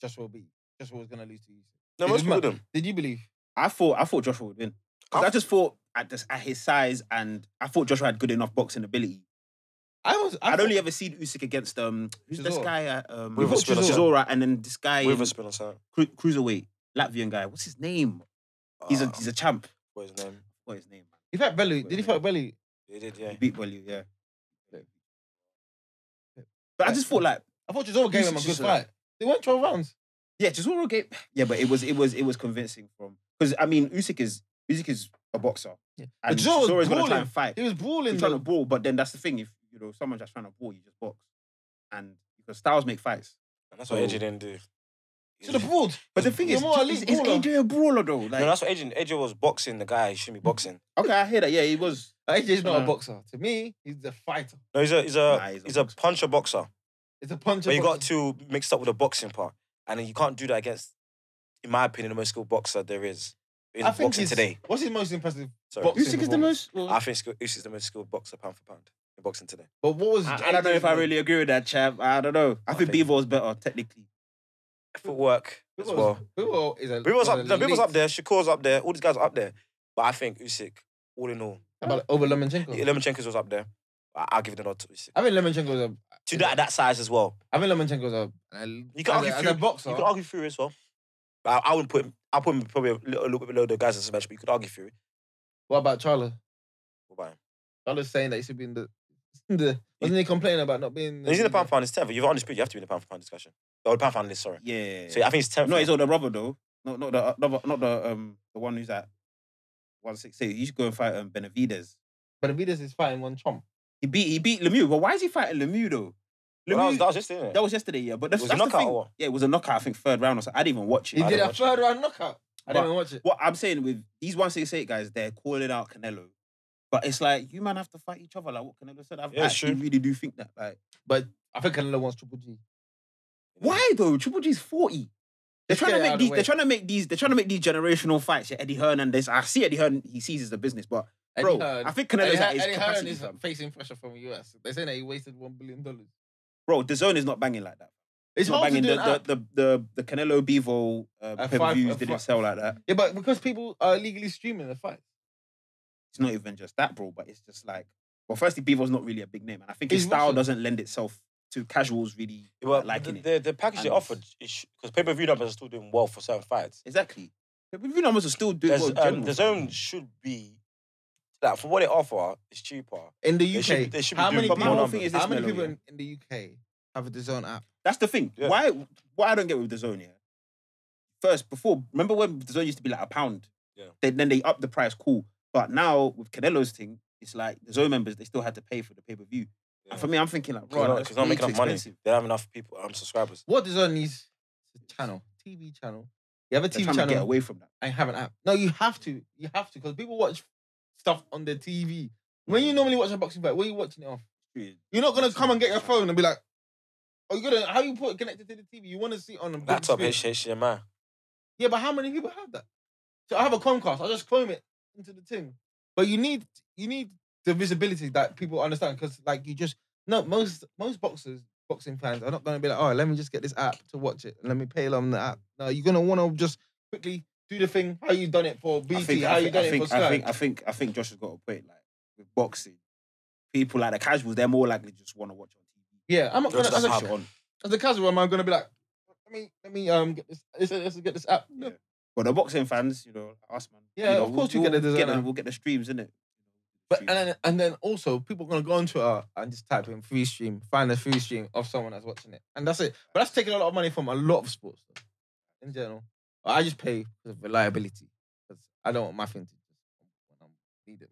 S2: Joshua beat Joshua was gonna lose to you?
S4: No,
S2: Did
S4: most
S2: you
S4: people
S2: ma-
S4: don't.
S2: Did you believe?
S3: I thought I thought Joshua would win. 'Cause I just thought at this, at his size, and I thought Joshua had good enough boxing ability.
S2: I was. I
S3: I'd only
S2: thought-
S3: ever seen Usyk against um who's this
S2: Chisora.
S3: guy at um
S4: With a spin or
S3: Chisora, and then this guy in
S4: With a spin or something.
S3: cru- cruiserweight Latvian guy. What's his name? He's a
S4: Ah,
S3: he's a champ.
S4: What's his name?
S3: What's his name?
S2: He fought Bellew. Did he fight Bellew?
S4: He did, yeah.
S3: He beat Bellew, yeah.
S2: Yeah.
S3: But I just thought like,
S2: I thought Chisora gave him a good
S3: Chisora.
S2: fight. They went 12 rounds.
S3: yeah, Chisora gave yeah, but it was it was it was convincing from because I mean Usyk is Usyk is a boxer.
S2: Yeah. But
S3: And
S2: Chisora was
S3: Chisora is gonna try
S2: brawling.
S3: and fight.
S2: He was brawling.
S3: He's trying to
S2: though.
S3: ball, but then that's the thing. If you know someone just trying to ball, you just box. And because styles make fights.
S4: And that's what
S3: Oh.
S4: AJ didn't do.
S2: Should have brawled.
S3: But the thing
S2: You're
S3: is,
S2: more
S3: is,
S2: elite
S3: is
S2: baller.
S3: AJ a brawler though? Like,
S4: no, that's what AJ, AJ was boxing the guy he shouldn't be boxing.
S3: okay, I hear that. Yeah, he was.
S2: AJ's not a
S3: Uh,
S2: boxer. To me, he's a fighter.
S4: No, he's a he's a
S3: Nah,
S4: Uh, he's
S3: he's
S4: a,
S3: a boxer.
S4: puncher boxer.
S2: It's a puncher.
S4: But you got
S2: boxer.
S4: too mixed up with the boxing part, and you can't do that against, in my opinion, the most skilled boxer there is in
S2: I think
S4: boxing
S2: he's-
S4: today.
S2: What's his most impressive?
S4: Sorry.
S2: boxing
S3: Usyk is the
S2: performance?
S3: most. well,
S4: I think Usyk is the most skilled boxer pound for pound in boxing today.
S2: But what was?
S3: I, I don't know if I
S2: AJ's
S3: really agree with that, chap. I don't know. I
S4: I
S3: think
S4: think-
S3: Bevo's better technically.
S4: Footwork as well.
S2: Bivol is a.
S4: Bivol's up,
S2: was
S4: no, Bivol's
S2: elite.
S4: up there. Shakur's up there. All these guys are up there. But I think Usyk, all in all,
S2: How about over Lomachenko.
S4: Lomachenko's was up there. I, I'll give it a nod to Usyk.
S2: Hmm. I think Lomachenko's a.
S4: To that that size as well.
S2: I think Lomachenko's a. an el-
S4: You can
S2: as
S4: argue
S2: a, as
S4: Fury.
S2: a boxer.
S4: You could argue Fury as well. But I, I would put him. I put him probably a little, a little bit below the guys in this match. But you could argue Fury.
S2: What about Charlo?
S4: What about him?
S2: Charlo's saying that he should be in the. in the wasn't he complaining about not being?
S4: He's in the pound for pound. He's tenth. You've undisputed. You have to be in the pound for pound discussion. Oh, the pound for pound list. Sorry.
S3: Yeah.
S4: So I think it's tenth.
S3: no, he's on the rubber though. Not not the uh, not, not the um the one who's at one six eight. He should go and fight um Benavides.
S2: But Benavides is fighting one chomp.
S3: He beat he beat Lemieux. But why is he fighting Lemieux though?
S4: Well, that was
S3: Lemieux-
S4: that was just it.
S3: That was yesterday, yeah. But that's,
S4: Was it
S3: that's
S4: knockout
S3: the thing.
S4: or what?
S3: Yeah, it was a knockout. I think third round or something. I didn't even watch
S2: He
S3: it.
S4: I
S2: did
S4: don't
S2: a
S4: watch
S2: third round knockout. I didn't even watch it.
S3: What I'm saying with these 168 guys, they're calling out Canelo. But it's like you man have to fight each other. Like what Canelo said, I
S4: Yeah, it's
S3: actually
S4: true.
S3: really do think that. Like
S2: But I think Canelo wants Triple G.
S3: why though? Triple G's 40. They're
S2: Just
S3: trying
S2: get
S3: to
S2: it out
S3: make
S2: of
S3: these.
S2: the way.
S3: They're trying to make these. They're trying to make these generational fights. Yeah, Eddie Hearn and this. I see Eddie Hearn. He sees the business, but
S2: Eddie
S3: bro,
S2: Hearn-
S3: I think Canelo's
S2: Eddie
S3: at
S2: Hearn-
S3: his
S2: Eddie Hearn
S3: capacity.
S2: is
S3: fam.
S2: facing pressure from the US. They're saying that he wasted one billion dollars.
S3: Bro, the zone is not banging like that.
S2: It's
S3: It's not
S2: hard to
S3: banging.
S2: do an
S3: The,
S2: app.
S3: the, the the the Canelo Bevo uh,
S2: At
S3: pay per
S2: five-
S3: views
S2: at
S3: didn't
S2: five-
S3: sell like that.
S2: Yeah, but because people are illegally streaming the fight.
S3: It's not even just that, bro. But it's just like, well, firstly, Bevo's not really a big name, and I think his
S2: He's
S3: style
S2: Russian.
S3: doesn't lend itself to casuals really
S4: Yeah, but
S3: liking
S4: the,
S3: it.
S4: the, the package they
S3: And-
S4: offered, because pay per view numbers are still doing well for certain fights.
S3: Exactly. The review numbers are still doing
S4: There's,
S3: well.
S4: um,
S3: general.
S4: the zone should be, like, for what they offer, it's cheaper.
S2: In the UK,
S4: should- they should be
S2: how
S4: doing
S2: many
S4: proper
S2: people,
S3: numbers. Is this
S2: how many
S3: Melo,
S2: people
S3: yeah?
S2: in, in the UK have a own app?
S3: That's the thing.
S4: Yeah.
S3: Why? What I don't get with the zone, yeah. First, before, remember when the zone used to be like a pound?
S4: Yeah.
S3: They, then they upped the price, cool. But now with Canelo's thing, it's like the zone members they still had to pay for the pay per view.
S4: Yeah.
S3: And for me, I'm thinking like, bro,
S4: Because they're not making enough money. They don't have enough people, um, subscribers.
S2: What DAZN needs is a channel, TV channel. You have a
S3: They're
S2: TV
S3: trying to get
S2: channel
S3: away from that.
S2: and have an app. No, you have to. You have to because people watch stuff on their TV. When
S3: Mm.
S2: you normally watch a boxing fight, where are you watching it off? You're not gonna come and get your phone and be like, "Oh, you gonna how you put it connected to the TV? You want to see it on a big
S4: Laptop,
S2: screen."
S4: HDMI.
S2: Yeah, but how many people have that? So I have a Chromecast. I just Chrome it into the thing. But you need you need the visibility that people understand because like you just no most most boxers boxing fans are not going to be like oh let me just get this app to watch it and let me pay along the app. No, you're going to want to just quickly do the thing how you done it for BT,
S3: I think,
S2: how
S3: I
S2: you
S3: think,
S2: done
S3: I,
S2: it
S3: think,
S2: for Sky.
S3: I think I think I think Josh has got a point. Like with boxing, people like the casuals, they're more likely to just want to watch on
S2: yeah, I'm not going
S4: Just
S3: TV.
S2: to as
S4: that's
S2: a,
S4: how-
S3: Switch it on.
S2: as a casual am I going to be like let me let me um get this let's, let's get this app. No.
S3: Yeah. But the boxing fans, you know, us man.
S2: Yeah,
S3: know,
S2: of course you
S3: we'll,
S2: get the
S3: we'll get the,
S2: designer.
S3: we'll get the streams, innit?
S2: But and then, and then also people are gonna go onto our and just type in free stream, find a free stream of someone that's watching it, and that's it. But that's taking a lot of money from a lot of sports though, in general. I just pay for the reliability because I don't want my thing to just when I need it.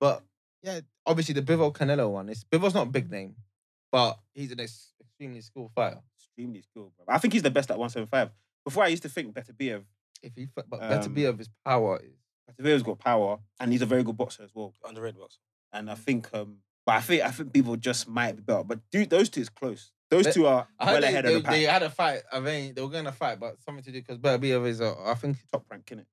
S2: But yeah, obviously the Bivol Canelo one. It's Bivol's not a big name, but he's an ex- extremely skilled fighter.
S3: extremely skilled, bro. I think he's the best at 175. Before I used to think Better Beterbiev,
S2: If he fi- but better
S3: Um,
S2: be of his power is
S3: Beterbiev's got power and he's a very good boxer as well.
S4: Underrated box.
S3: And I think, um, but I think I think people just might be better. But dude, those two is close. Those
S2: But
S3: two are
S2: I heard
S3: well
S2: they,
S3: ahead
S2: they,
S3: of the pack.
S2: they had a fight. I mean, they were going to fight, but something to do because Better be of is, uh, I think,
S3: Top rank, innit?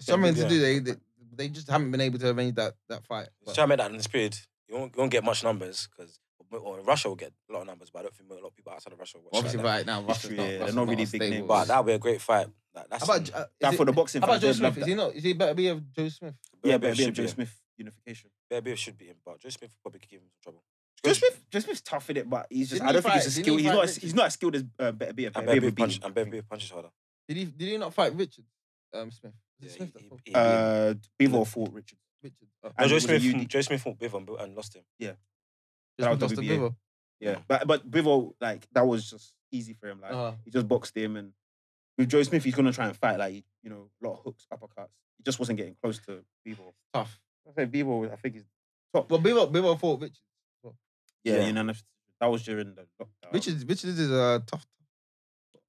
S2: something
S4: Yeah.
S2: to do. They, they they just haven't been able to arrange that that fight.
S4: He's
S2: But-
S4: trying to make that in this period. You won't, you won't get much numbers because or Russia will get a lot of numbers, but I don't think a lot of people outside of Russia will watch
S2: obviously,
S4: like that.
S2: right now Russia's
S3: History,
S2: not,
S3: yeah, they're
S2: Russia's
S3: not really
S2: as
S3: big
S2: stable
S3: names.
S4: But
S2: as-
S4: that would be a great fight. Like, that's
S2: How about uh,
S3: That
S2: is
S3: for
S2: it,
S3: the boxing
S2: how about
S3: fans,
S2: Joe
S3: they'd love
S2: Smith? Is
S3: that.
S2: he not? Is he Better be of Joe Smith?
S3: Yeah, Better Beterbiev,
S4: should
S3: Joe
S4: be in.
S3: Smith unification.
S4: Better Beef should be in, but Joe Smith will probably give him some trouble.
S3: Joe Smith, Joe Smith's tough in it, but he's just.
S2: Didn't
S3: I
S2: he
S3: don't think he's
S2: fight-
S3: as
S2: didn't he
S3: skilled. He's
S2: fight
S3: not. As,
S2: Richard?
S3: he's not as skilled as uh, Better Beterbiev.
S4: And Better
S3: Beterbiev
S4: Beef
S3: beat
S4: punch,
S3: him,
S4: and
S3: I
S4: Better
S3: think.
S4: Beef punches harder.
S2: Did he did he not fight Richard um, Smith?
S4: Yeah,
S2: Is it
S4: he-
S2: Smith that
S4: he-
S2: fought
S4: he beat him.
S3: Uh, Bivol fought Richard.
S2: Richard? Oh,
S4: No,
S3: and it
S4: Joe
S3: was a UD.
S4: Smith, Joe Smith fought Beef and, and lost him.
S2: Joe Smith
S3: that was
S2: lost to
S3: WBA.
S2: Bivol.
S3: Yeah, but but Bivol like that was just easy for him. Like
S2: Uh-huh.
S3: he just boxed him, and with Joe Smith, he's gonna try and fight like you know a lot of hooks, uppercuts. He just wasn't getting close to Bivol.
S2: Tough.
S3: I say Bivol, I think he's
S2: Well, Bivol Bivol fought Richard.
S3: yeah,
S4: Yeah.
S3: you know that was during the lockdown.
S2: Richard Richard is a tough.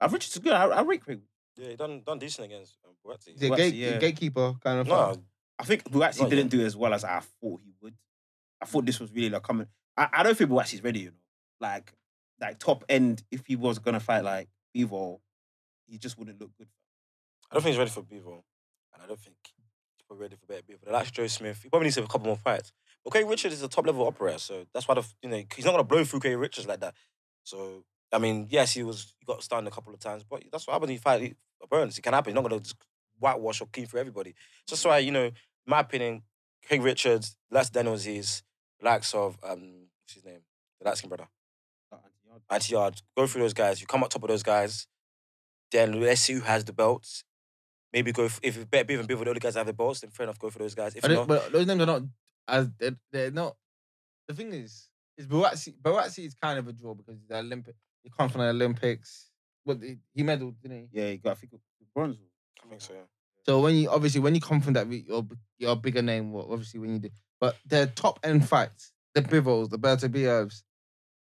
S3: uh, Richard's good. I, I rate Craig.
S4: Yeah, he done done decent against um, Boatsy.
S2: He's a
S3: Well,
S2: gate,
S3: yeah.
S2: gatekeeper kind of. fighter.
S4: No,
S3: I think Buatsi
S4: Not
S3: didn't
S4: yet.
S3: do as well as I thought he would. I thought this was really like coming. I, I don't think Buatsi's ready. You know, like like top end. If he was gonna fight like Bivol, he just wouldn't look good.
S4: I don't think he's ready for Bevo, and I don't think he's probably ready for better Bevo. They like Joe Smith. He probably needs a couple more fights. But Craig Richards is a top level operator, so that's why the you know he's not gonna blow through Craig Richards like that. So I mean, yes, he was he got stunned a couple of times, but that's what happens when you fight opponents. It can happen. You're not gonna just whitewash or clean through everybody. So that's why you know, my opinion, Craig Richards, Les Daniels, he's likes of um what's his name, the light skin brother. Anti yard, go through those guys. You come up top of those guys, then let's see who has the belts. Maybe go f- if it's better Beef and Beef, the other guys have the belts, then fair enough, go for those guys. If
S2: I don't-
S4: not,
S2: but those names are not as they're, they're not. The thing is, is Barazzi, Barazzi is kind of a draw because he's the Olympic. He come from the Olympics. What he, he medaled, didn't he?
S3: Yeah, he got I think bronze.
S4: I think so. Yeah.
S2: So when you obviously when you come from that, re- your b- your bigger name. Well, obviously when you do, but their top end fights, the Bivols, the Berta Biovs,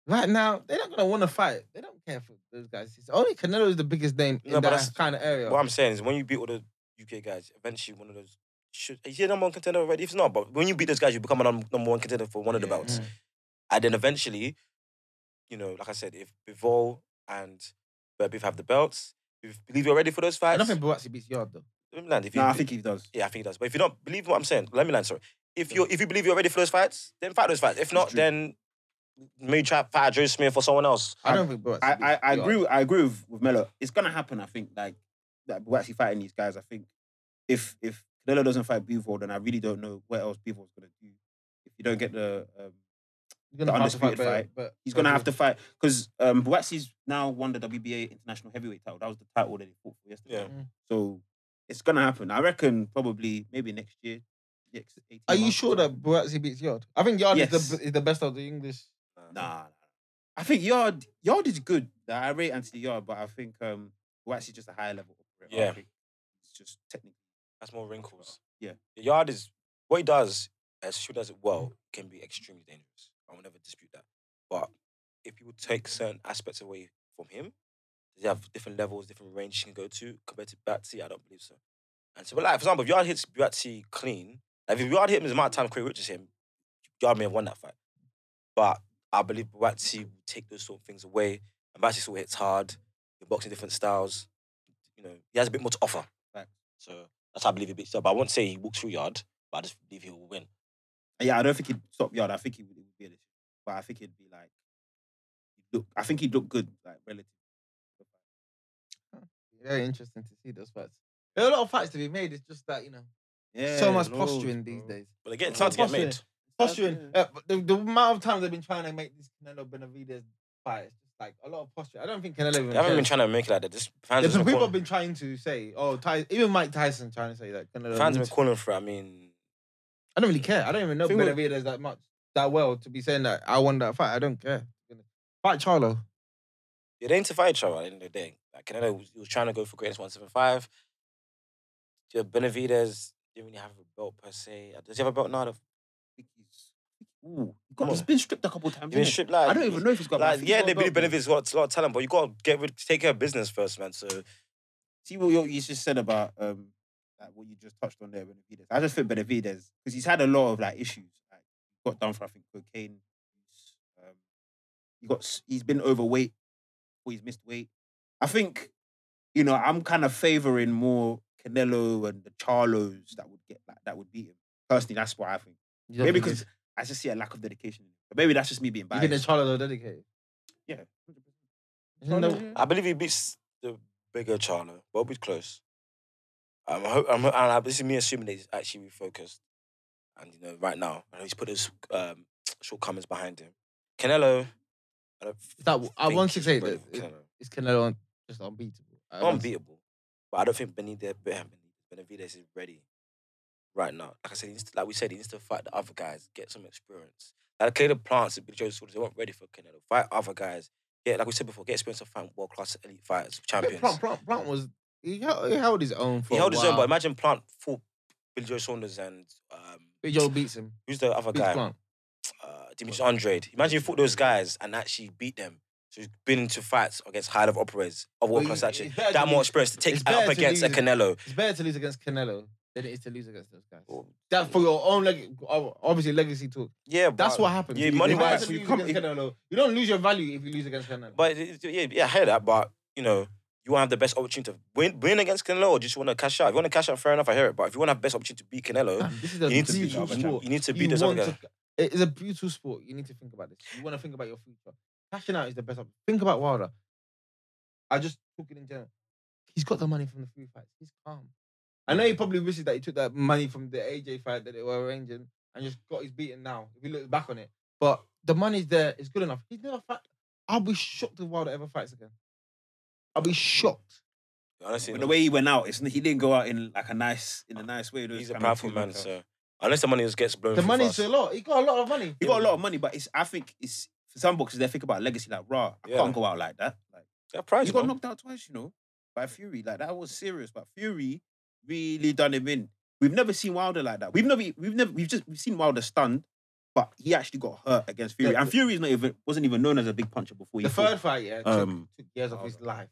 S2: Right now, they're not gonna want to fight. They don't care for those guys. It's only Canelo is the biggest name in
S4: No, but that's-
S2: that kind of area.
S4: What I'm saying is, when you beat all the UK guys, eventually one of those should is he a number one contender already? If not, but when you beat those guys, you become a num- number one contender for one of the
S3: Yeah.
S2: Mm.
S4: belts, and then eventually, you know, like I said, if Bivol and Berbif have the belts, if you believe you're ready for those
S2: I
S4: fights,
S2: don't think Buatsi beats Yard though.
S4: let me land. If you,
S3: No, I think he does.
S4: yeah, I think he does. But if you don't believe what I'm saying, let me land. Sorry, if you if you believe you're ready for those fights, then fight those fights. If not,
S3: true.
S4: then maybe try to fight Joe Smith or someone else.
S2: I don't think Buatsi.
S3: I, I, I agree. with- I agree with, with Melo. It's gonna happen. I think like that we're actually fighting these guys. I think if if Canelo doesn't fight Bivol, then I really don't know what else Bivol's gonna do. If you don't get the, um,
S2: You're gonna
S3: the
S2: have to fight,
S3: undisputed
S2: Bear- Bear-
S3: he's gonna have
S2: Bear-
S3: to fight because um, Buatsi's now won the WBA international heavyweight title. That was the title that he fought for yesterday.
S4: Yeah.
S2: Mm.
S3: So it's gonna happen. I reckon probably maybe next year. Next 18
S2: Are you
S3: months.
S2: sure that Buatsi beats Yard? I think Yard is,
S3: Yes.
S2: the, is the best of the English.
S3: Nah, nah. I think Yard Yard is good. Like, I rate Anthony Yard, but I think um Waxy's just a higher level operator. I
S4: Yeah.
S3: think it's just technically.
S4: That's more wrinkles.
S3: Yeah.
S4: The yard is what he does, as she does it well, can be extremely dangerous. I will never dispute that. But if people take certain aspects away from him, they have different levels, different range she can go to compared to Batsy. I don't believe so. And so, but like for example, if Yard hits Batsy clean, like if Yard hit him as amount of times Craig Richards hit him, Yard may have won that fight. But I believe Batsy will take those sort of things away. And Batsy sort of hits hard, he boxing different styles. You know, he has a bit more to offer.
S3: Right.
S4: So that's how I believe he beats Yard. But I won't say he walks through Yard, but I just believe he will win.
S3: And yeah, I don't think he'd stop Yard. I think he would, he would be able to, but I think he'd be like he'd look. I think he'd look good like relative.
S2: Very interesting to see those fights. There are a lot of fights to be made. It's just that you know
S3: Yeah,
S2: so much
S3: loads,
S2: posturing these
S3: bro.
S2: days.
S4: But again,
S3: Oh,
S4: it's hard to get
S2: possibly.
S4: made.
S2: Posturing.
S3: Yeah.
S2: Uh, but the, the amount of times they've been trying to make this Canelo Benavidez fight, it's just like a lot of posturing. I don't think Canelo. Even
S4: They haven't
S2: cares.
S4: been trying to make it like that. Just fans,
S2: There's
S4: have
S2: some
S4: been,
S2: people have
S4: calling,
S2: been trying to say, oh, Ty- even Mike Tyson trying to say that. Canelo
S4: fans
S3: Mm.
S4: have
S2: needs-
S4: been calling for. it. I mean,
S2: I don't really care. I don't even know
S4: Think we-
S2: Benavidez that much, that well, to be saying that I won that fight. I don't care. Fight Charlo.
S4: yeah, they ain't to fight each other at the end of the day. Like Canelo was, he was trying to go for greatest one seven five. Yeah, Benavidez didn't really have a belt per se. Uh, Does he have a belt now?
S3: I think he's- Ooh, he got,
S4: Come
S3: he's
S4: on.
S3: been stripped a couple times.
S4: He's been
S3: innit?
S4: stripped like
S3: I don't even know if he's got. but I
S4: Like,
S3: think he's
S4: yeah,
S3: got
S4: they
S3: a belt,
S4: believe
S3: bro.
S4: Benavidez got a lot of talent, but you got to get rid, take care of business first, man. So
S3: See what you you just said about um like what you just touched on there, Benavidez. I just think Benavidez because he's had a lot of like issues. Like he got done for I think cocaine. use, Um, he got s- he's been overweight or he's missed weight. I think you know I'm kind of favoring more Canelo and the Charlos that would get like that would beat him. Personally, that's what I think.
S2: You don't
S3: Maybe
S2: think
S3: because I just see a lack of dedication. But maybe that's just me being
S2: he's- you think
S3: biased.
S2: that Charlo's dedicated?
S3: Yeah.
S2: Isn't that-
S3: Charlo, yeah.
S4: I believe he beats the bigger Charlo. But it'll be close. I'm, ho- I'm, ho- and I, this is me assuming that he's actually refocused. And you know, right now, I know he's put his um, shortcomings behind him. Canelo, I don't
S2: Is that-
S4: think
S2: at
S4: he's
S2: 168,
S4: ready for
S2: it-
S4: Canelo.
S2: Is Canelo un- just unbeatable?
S4: Oh,
S2: I don't-
S4: unbeatable, but I don't think Benitez, Ben- Benavidez is ready right now. Like I said, he needs to, like we said, he needs to fight the other guys, get some experience. Like Caleb Plants and Big Joe Saunders, they weren't ready for Canelo. Fight other guys. Yeah, like we said before, get experience of fighting world class elite
S2: I
S4: fighters,
S2: think
S4: champions.
S2: Plant, Plant, Plant was he held, he held his own for
S4: He held
S2: a
S4: his
S2: while.
S4: own, but imagine Plant fought Billy Joe Saunders and um,
S2: Big Joe beats him.
S4: who's the other
S2: Beats
S4: guy?
S2: Plant.
S4: Uh, Dimitri Andrade. Imagine you fought those guys and actually beat them. So he's been into fights against high level operators of
S2: Well,
S4: world class
S2: you-
S4: action.
S2: it's better
S4: That
S2: to
S4: more
S2: lose-
S4: experience to take
S2: it's
S4: it
S2: better
S4: up
S2: to
S4: against a
S2: lose-
S4: Canelo.
S2: It's better to lose against Canelo than it is to lose against those guys. That's for your own leg, obviously legacy talk.
S4: Yeah,
S2: That's
S4: but-
S2: what happens.
S4: Yeah,
S2: It's
S4: money
S2: better
S4: wise,
S2: to
S3: you
S2: lose
S3: come-
S2: against Canelo. You don't lose your value if you lose against Canelo.
S4: But it- it- yeah, yeah, I hear that. But you know, you want to have the best opportunity to win, win against Canelo, or just want to cash out. If you want to cash out, fair enough. I hear it. But if you want to have the best opportunity to beat Canelo,
S2: This is
S4: you
S2: a
S4: need to beat
S2: beautiful
S4: the other
S2: sport.
S4: champ. You need to
S2: You
S4: beat those other
S2: want
S4: guys.
S2: to- it is a beautiful sport. You need to think about this. You want to think about your future. Cashing out is the best option. Think about Wilder. I just took it in general. He's got the money from the free fights. He's calm. I know he probably wishes that he took that money from the AJ fight that they were arranging and just got his beating now. If you look back on it, but the money's there. It's good enough. He's never fight. I'll be shocked if Wilder ever fights again. I'll be shocked.
S4: Honestly,
S3: But the way he went out, it's, he didn't go out in like a nice in a nice way. those
S4: he's a
S3: kind of
S4: powerful
S3: two
S4: man.
S3: knockouts.
S4: So unless the money just gets blown,
S2: The
S4: through
S2: money's
S4: fast.
S2: a lot. He got a lot of money.
S3: He got a lot of money, but it's I think it's for some boxers they think about legacy like raw. I
S4: Yeah.
S3: can't go out like that. Like
S4: They're prize,
S3: he got
S4: man.
S3: knocked out twice, you know, by Fury. Like that was serious. But Fury e, really done him in. We've never seen Wilder like that. We've never we've never we've just we've seen Wilder stunned. but he actually got hurt against Fury,
S2: The-
S3: and Fury's not even wasn't even known as a big puncher before.
S2: The
S3: he fought.
S2: third fight, yeah, took,
S3: Um,
S2: took years of his life.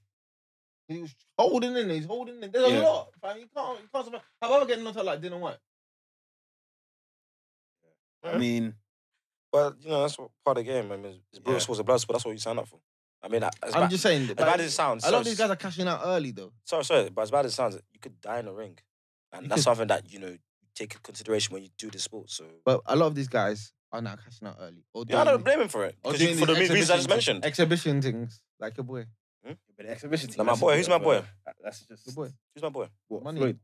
S2: He was holding in, he's holding in. There's a
S3: Yeah.
S2: lot. Fam. You can't, you can't survive. Have I ever getting knocked out like didn't work?
S3: I mean,
S4: But you know, that's what part of the game. I mean, it's Bruce was a blood sport. That's what you sign up for. I mean, as,
S2: I'm
S4: bad,
S2: just saying. That,
S4: as bad as it sounds,
S2: a lot
S4: so,
S2: of these guys are cashing out early though.
S4: sorry, sorry, but as bad as it sounds, you could die in a ring, and
S2: You
S4: that's
S2: could.
S4: something that you know you take into consideration when you do this sport. So
S2: But a lot of these guys are now cashing out early. Or
S4: yeah, I
S2: doing
S4: don't blame him for it
S2: or
S4: because
S2: doing
S4: for the
S2: these
S4: reasons I just
S2: Oh, exhibition-
S4: mentioned.
S2: Exhibition things, like your boy.
S3: but the exhibition team.
S4: Now, my
S3: that's a
S4: boy,
S3: bit
S4: who's
S3: of
S4: my
S3: a-
S4: boy?
S3: that- That's just
S2: Your boy.
S4: Who's my boy?
S3: what,
S2: Money.
S3: Floyd.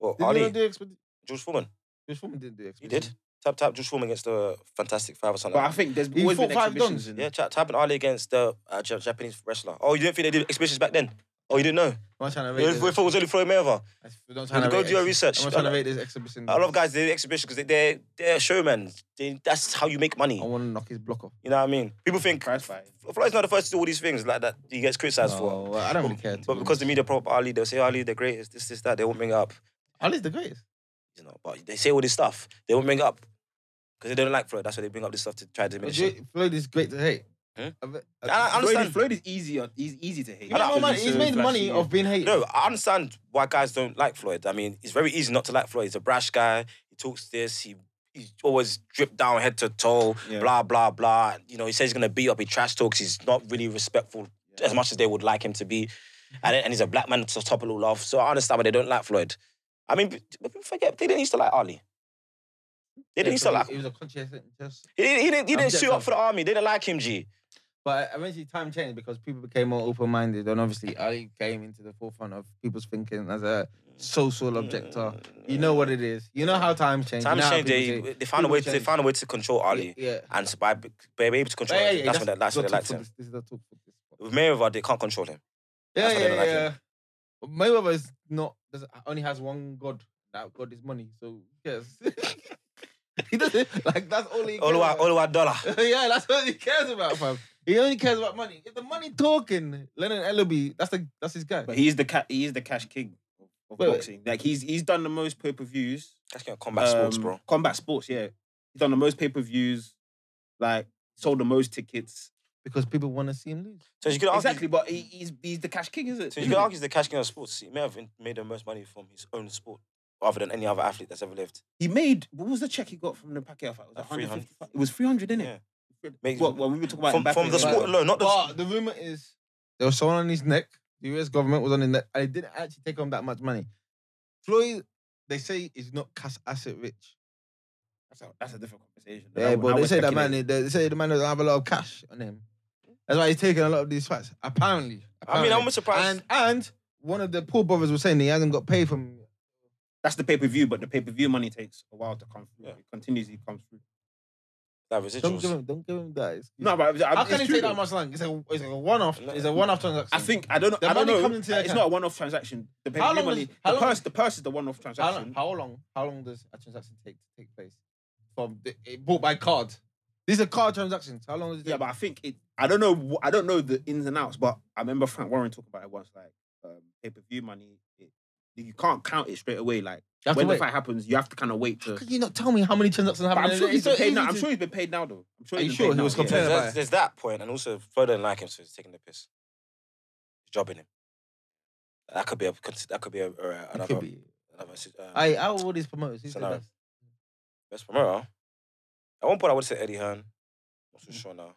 S4: Well,
S2: Did
S4: Ali,
S2: anyone do expedition?
S4: George Foreman.
S2: George Foreman didn't do
S4: He
S2: expedition.
S4: did tap tap George Foreman against the Fantastic Five or something.
S3: But I
S4: Like
S3: think there's
S2: He
S3: always
S2: fought
S3: been
S2: five
S3: exhibitions.
S2: dons.
S3: In,
S4: that. Yeah, tap tap and Ali against the uh, Ja- Japanese wrestler. Oh, you didn't think they did exhibitions back then? Oh, you didn't know?
S2: I'm not trying to
S4: We
S2: rate
S4: thought it was only Floyd Mayweather.
S2: this. We're not trying to
S4: Go
S2: rate
S4: do your
S2: ex-
S4: research. uh,
S2: I'm not trying to rate this exhibition.
S4: A lot of guys they do exhibitions because they, are they're showmen. They, that's how you make money.
S2: I want to knock his block off.
S4: You know what I mean? People think
S3: prize fight.
S4: Floyd's not the first to do all these things like that. He gets criticized for.
S2: No, I don't really care. to
S4: But
S2: be
S4: because the
S2: honest.
S4: media prop up Ali, they'll say Ali the greatest, this, this, that. They won't bring it up.
S2: Ali's the greatest.
S4: You know, but they say all this stuff. They won't bring it up because they don't like Floyd. That's why they bring up this stuff to try to
S2: But
S4: diminish it.
S2: Jay- Floyd is great to hate.
S4: Hmm?
S2: I've- I've-
S4: I
S3: Floyd
S4: understand.
S3: is, Floyd is easy. on- He's easy to hate.
S2: He made more
S3: Because
S2: money-
S3: he's
S2: He's
S3: so
S2: made money
S3: flashy
S2: of being hated.
S4: No, I understand why guys don't like Floyd. I mean, it's very easy not to like Floyd. He's a brash guy. He talks this. He he's always dripped down head to toe.
S3: Yeah.
S4: Blah blah blah. You know, he says he's gonna beat up. He trash talks. He's not really respectful as much as they would like him to be. And and he's a black man to top it all off. So I understand why they don't like Floyd. I mean, but people forget they didn't used to like Ali. They didn't used to
S2: Yeah,
S4: like.
S2: He was a conscientious.
S4: He didn't. He didn't, he didn't
S2: Objective.
S4: suit up for the army. They didn't like him, G.
S2: But eventually, time changed because people became more open minded, and obviously, Ali came into the forefront of people's thinking as a social objector. You know what it is. You know how times change.
S4: Time
S2: you know how
S4: change.
S2: people
S4: They,
S2: change.
S4: they found a way. To,
S2: People
S4: they
S2: change.
S4: found a way to control Ali.
S2: Yeah.
S4: and so by, by being able to
S2: But
S4: control
S2: yeah,
S4: him,
S2: yeah,
S4: that's, when they, that's when
S2: not talk
S4: they liked
S2: for
S4: him.
S2: this- This is not talk for this.
S4: With Mayweather, they can't control him.
S2: Yeah,
S4: That's why they
S2: yeah,
S4: don't like
S2: yeah.
S4: him.
S2: But Mayweather is not does only has one god. That god is money. So yes, he doesn't like that's all he. cares
S4: Oluwa,
S2: about.
S4: Oluwa dollar.
S2: yeah, that's all he cares about, fam. He only cares about money. If the money talking, Lennon Ellaby, that's the that's his guy.
S3: But he's the ca- he is the cash king of- of
S2: Wait, wait.
S3: boxing. Like he's he's done the most pay per views.
S4: That's gonna combat
S3: Um,
S4: sports, bro.
S3: Combat sports, yeah. He's done the most pay per views. Like sold the most tickets.
S2: because people want to see him lose.
S4: So you could argue,
S3: Exactly, but he, he's he's the cash king, is it?
S4: so you could
S2: Mm-hmm.
S4: argue he's the cash king of sports. He may have made the most money from his own sport, rather than any other athlete that's ever lived.
S3: He made what was the check he got from the Pacquiao fight? It was
S4: Like 300.
S3: 150. It was 300, innit?
S4: Yeah.
S3: it?
S4: Makes-
S3: What, what we were talking about
S4: from
S3: Mbappe
S4: from the
S3: and
S4: sport
S3: Ronaldo.
S4: alone, not the.
S2: But the rumor is there was someone on his neck. The US government was on his neck, and it didn't actually take home that much money. Floyd, they say, is not cash asset rich.
S3: That's a, that's a different conversation.
S2: Yeah,
S3: That one-
S2: but they
S3: was
S2: say that man,
S3: speculating.
S2: they they say the man doesn't have a lot of cash on him. That's why he's taking a lot of these fights. Apparently,
S4: I mean,
S2: apparently.
S4: I'm surprised.
S2: and and one of the poor brothers was saying he hasn't got paid from
S3: That's the pay per view, but the pay per view money takes a while to come through.
S4: Yeah.
S3: It continuously comes through.
S4: that
S2: Don't give
S4: residuals.
S2: him, don't give him that. excuse.
S3: No, but I,
S2: how can it take that much long? It's a, it's a one-off.
S4: No.
S2: It's a one-off transaction.
S3: I think I don't know.
S2: The
S3: I don't
S2: money
S3: know.
S2: comes into their
S3: it's
S2: account.
S3: not a one-off transaction. The pay
S2: How
S3: per view
S2: long
S3: money.
S2: does- how
S3: the
S2: long-
S3: purse. The purse is the one-off
S2: how long,
S3: transaction.
S2: how long? How long does a transaction take to take place? From the, it bought by card. These are card transactions. How long does it?
S3: Yeah,
S2: Take?
S3: but I think it. I don't know. wh- I don't know the ins and outs. But I remember Frank Warren talking about it once. Like um, pay per view money. It, you can't count it straight away. Like
S2: You have to
S3: when the
S2: wait.
S3: fight happens, you have to kind of wait to.
S2: How Could you not tell me how many transactions
S3: But
S2: happened?
S3: I'm sure
S2: It's
S3: he's
S2: so
S3: been paid now.
S2: easy
S3: I'm
S2: to-
S3: sure he's been paid now though. I'm sure.
S2: Are
S3: he's
S2: you
S3: been
S2: sure
S3: paid
S2: he
S3: now,
S2: was
S4: There's,
S3: yeah.
S2: complaining about
S4: there's,
S2: it?
S4: there's that point, and also Floyd didn't like him, so he's taking the piss. He's jobbing him. That could be a cons- that could be a, a-
S2: It
S4: another
S2: could be.
S4: another si- um,
S2: I how old is promoters? Who's the
S4: Scenario.
S2: best?
S4: best promoter. At one point, I would say Eddie Hearn. Not
S2: Mm.
S4: so sure now.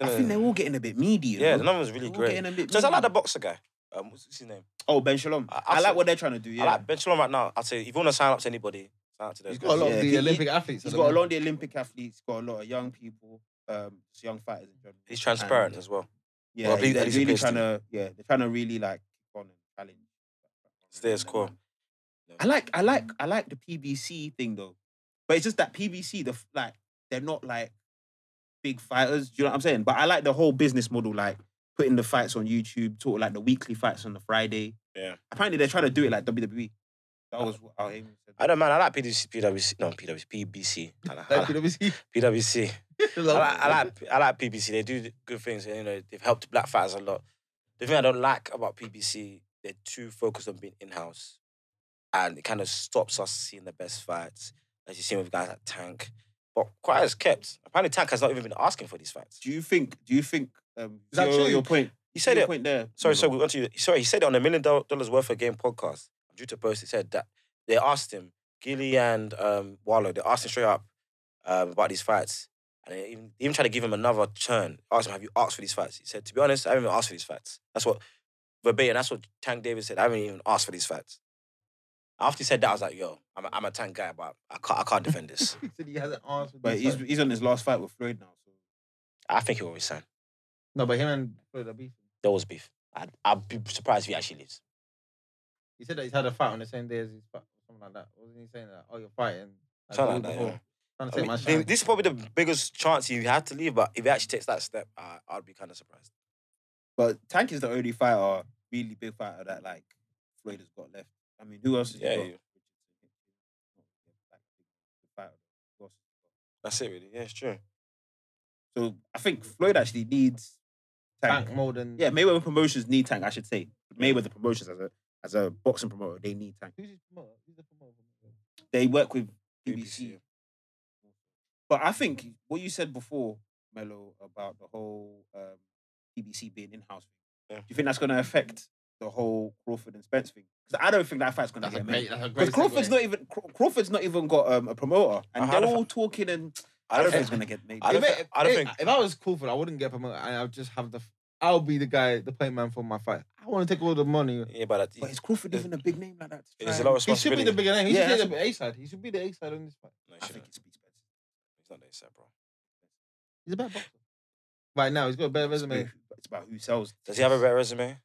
S3: I think they're all getting a bit meaty. you
S4: Yeah,
S3: know?
S4: the number was really
S3: We're
S4: great.
S3: getting a bit
S4: So I like
S3: meaty.
S2: Mm.
S4: the boxer guy. Um, what's what's his name?
S3: Oh, Ben Shalom.
S4: I-
S3: I,
S4: I
S3: like
S4: saw-
S3: what they're trying to do. Yeah,
S4: I like Ben Shalom right now. I'd say if you want to sign up to anybody, sign up to those
S2: He's
S4: guys.
S2: got a lot
S3: Yeah,
S2: of the
S3: he-
S2: Olympic athletes. at
S3: he's
S2: the
S3: got a
S2: moment.
S3: lot of the Olympic athletes. Got a lot of young people. Um, just young fighters in general.
S4: He's transparent
S3: And,
S4: as well.
S3: yeah,
S4: Well, I believe
S3: they're
S4: that he's a
S3: really
S4: PhD.
S3: trying to. Yeah, they're trying to really like kick on and challenge.
S4: Stay as cool.
S3: I like, I like, I like the PBC thing though, but it's just that PBC, the f- like, they're not like big fighters. Do you know what I'm saying? But I like the whole business model, like putting the fights on YouTube, sort of like the weekly fights on the Friday.
S4: Yeah.
S3: Apparently, they're trying to do it like WWE. That was what our aim.
S4: I don't mind. I like PWC, PWC, no, PWC, PBC. I like, I
S2: Like, you
S4: like
S2: know, we see-
S4: PWC. I like, I like, I like PBC. They do good things. You know, they've helped black fighters a lot. The thing I don't like about PBC, they're too focused on being in house, and it kind of stops us seeing the best fights, as you see with guys like Tank. But quiet as kept. Apparently, Tank has not even been asking for these fights.
S3: Do you think? Do you think? Um,
S2: Is that
S3: your,
S2: true?
S3: your point.
S4: He said
S3: your
S4: it.
S3: point there.
S4: Sorry, sorry, we went to you. Sorry, he said it on a million Doll- dollars worth of game podcast. I'm due to post. He said that they asked him, Gilly and um, Wallow, they asked him straight up um, about these fights. And they even, even tried to give him another turn. Asked him, Have you asked for these fights? He said, To be honest, I haven't even asked for these fights. That's what verbatim, that's what Tank Davis said. I haven't even asked for these fights. After he said that, I was like, Yo, I'm a, I'm a Tank guy, but I can't, I can't defend this.
S2: He said he hasn't answered.
S3: But
S2: this
S3: he's
S2: one.
S3: he's on his last fight with Floyd now. So
S4: I think he'll resign.
S2: no, but him and Floyd are beefing.
S4: There was beef. I'd, I'd be surprised if he actually leaves.
S2: He said that he's had a fight on the same day as his fight, something like that. Wasn't he saying that? Oh, you're fighting. the week
S4: Something like that, yeah.
S2: before. Trying to
S4: I
S2: take
S4: mean,
S2: my
S4: thi-
S2: shine.
S4: this is probably the biggest chance he had to leave, but if he actually takes that step, I, I'd be kind of surprised.
S3: But Tank is the only fighter, really big fighter that like Floyd has got left. I mean, who else? Has
S4: Yeah,
S3: he got?
S4: you-
S3: Fighter. Who else
S4: That's it, really. Yeah, it's true.
S3: has he got? So I think Floyd actually needs Tank.
S2: Tank more than
S3: Yeah, Mayweather promotions need Tank. I should say Mayweather promotions as a as a boxing promoter, they need Tank.
S2: Who's his promoter? Who's the promoter?
S3: They work with
S4: BBC,
S3: BBC. But I think what you said before, Mello, about the whole um, BBC being in house.
S4: Yeah.
S3: Do you think that's going to affect the whole Crawford and Spence thing? Because I don't think that fight's going to
S2: That's a
S3: get
S2: great.
S3: made.
S2: That's a
S3: Because
S2: great.
S3: Crawford's
S2: segue.
S3: not even Craw- Crawford's not even got um, a promoter,
S4: I
S3: and
S4: had
S3: they're
S4: a-
S3: all talking. And
S4: I don't
S3: think
S4: think.
S3: it's going to get made.
S4: I don't
S2: if,
S4: think- I don't
S2: if-
S4: think-
S2: if I was cool for it, I wouldn't get promoted. and I would just have the. f- I'll be the guy, the point man for my fight. I want to take all the money.
S4: Yeah, but, that-
S3: But is Crawford even a big name like that? to
S4: it's a
S3: try
S4: lot of
S3: and-
S2: He should be
S4: responsibility.
S2: the bigger name. He
S3: Yeah,
S2: should be the A side. He should be the A side on this fight.
S4: no, he
S3: I
S4: shouldn't.
S3: think it's Spence.
S4: He's not the set, bro.
S2: He's a better boxer. Right now, he's got a better resume.
S3: It's about- It's about who sells.
S4: Does he have a better resume?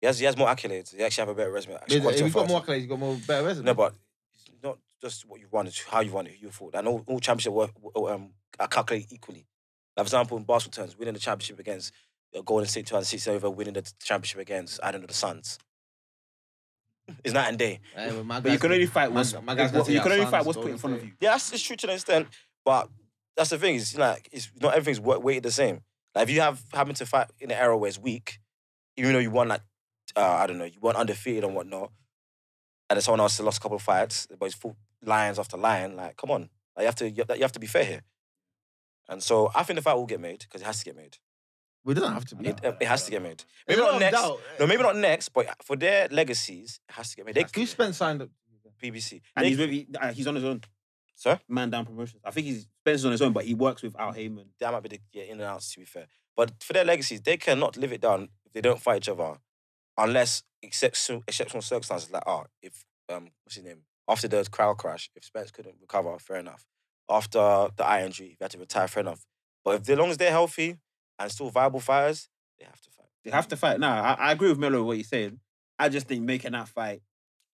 S4: He has. He has more accolades. He actually have a better resume. Actually,
S2: He's,
S4: quality
S2: he's got
S4: authority.
S2: more accolades. He's got more better resume.
S4: No, but it's not just what you won. It's how you won it, who you fought, and all, all championship work, um, are calculated equally. For example, in basketball terms, winning the championship against uh, Golden State 2006 over, winning the championship against I don't know the Suns. It's night and day.
S2: Hey, but my
S3: But you
S2: guy's
S3: can only fight
S2: my-
S3: what's
S2: my guy's gonna
S3: what-
S2: say
S3: you can only
S2: Alphonse
S3: fight what's put
S2: Golden
S3: in front of
S2: State.
S3: you.
S4: Yeah, that's it's true to an extent, but that's the thing. It's like it's not everything's wa- weighted the same. Like if you have happen to fight in an era where it's weak, even though you won like uh, I don't know, you won undefeated and whatnot, and then someone else lost a couple of fights, but it's full lions after lion. Like come on, like, you have to you have you have to be fair here. And so I think the fight will get made because it has to get made.
S2: We don't have to be.
S4: It, it has to get made.
S2: There's
S4: Maybe
S2: a lot
S4: not
S2: of
S4: next.
S2: doubt. eh,
S4: No, maybe not next. But for their legacies, it has to get made. They
S2: Who Spence signed up?
S4: BBC.
S3: And
S4: They-
S3: he's with, he, uh, he's on his own.
S4: sir.
S3: Man down promotions. I think he's Spence is on his own, but he works with Al Heyman.
S4: that might be the yeah, in and outs, to be fair. But for their legacies, they cannot live it down if they don't fight each other, unless exceptional, exceptional circumstances like, ah, if, um, what's his name? After the crowd crash, if Spence couldn't recover, fair enough. After the eye injury, if he had to retire, fair enough. But if, as long as they're healthy and still viable fighters, they have to fight.
S3: They have to fight. Nah, I, I agree with Melo what he's saying. I just think making that fight,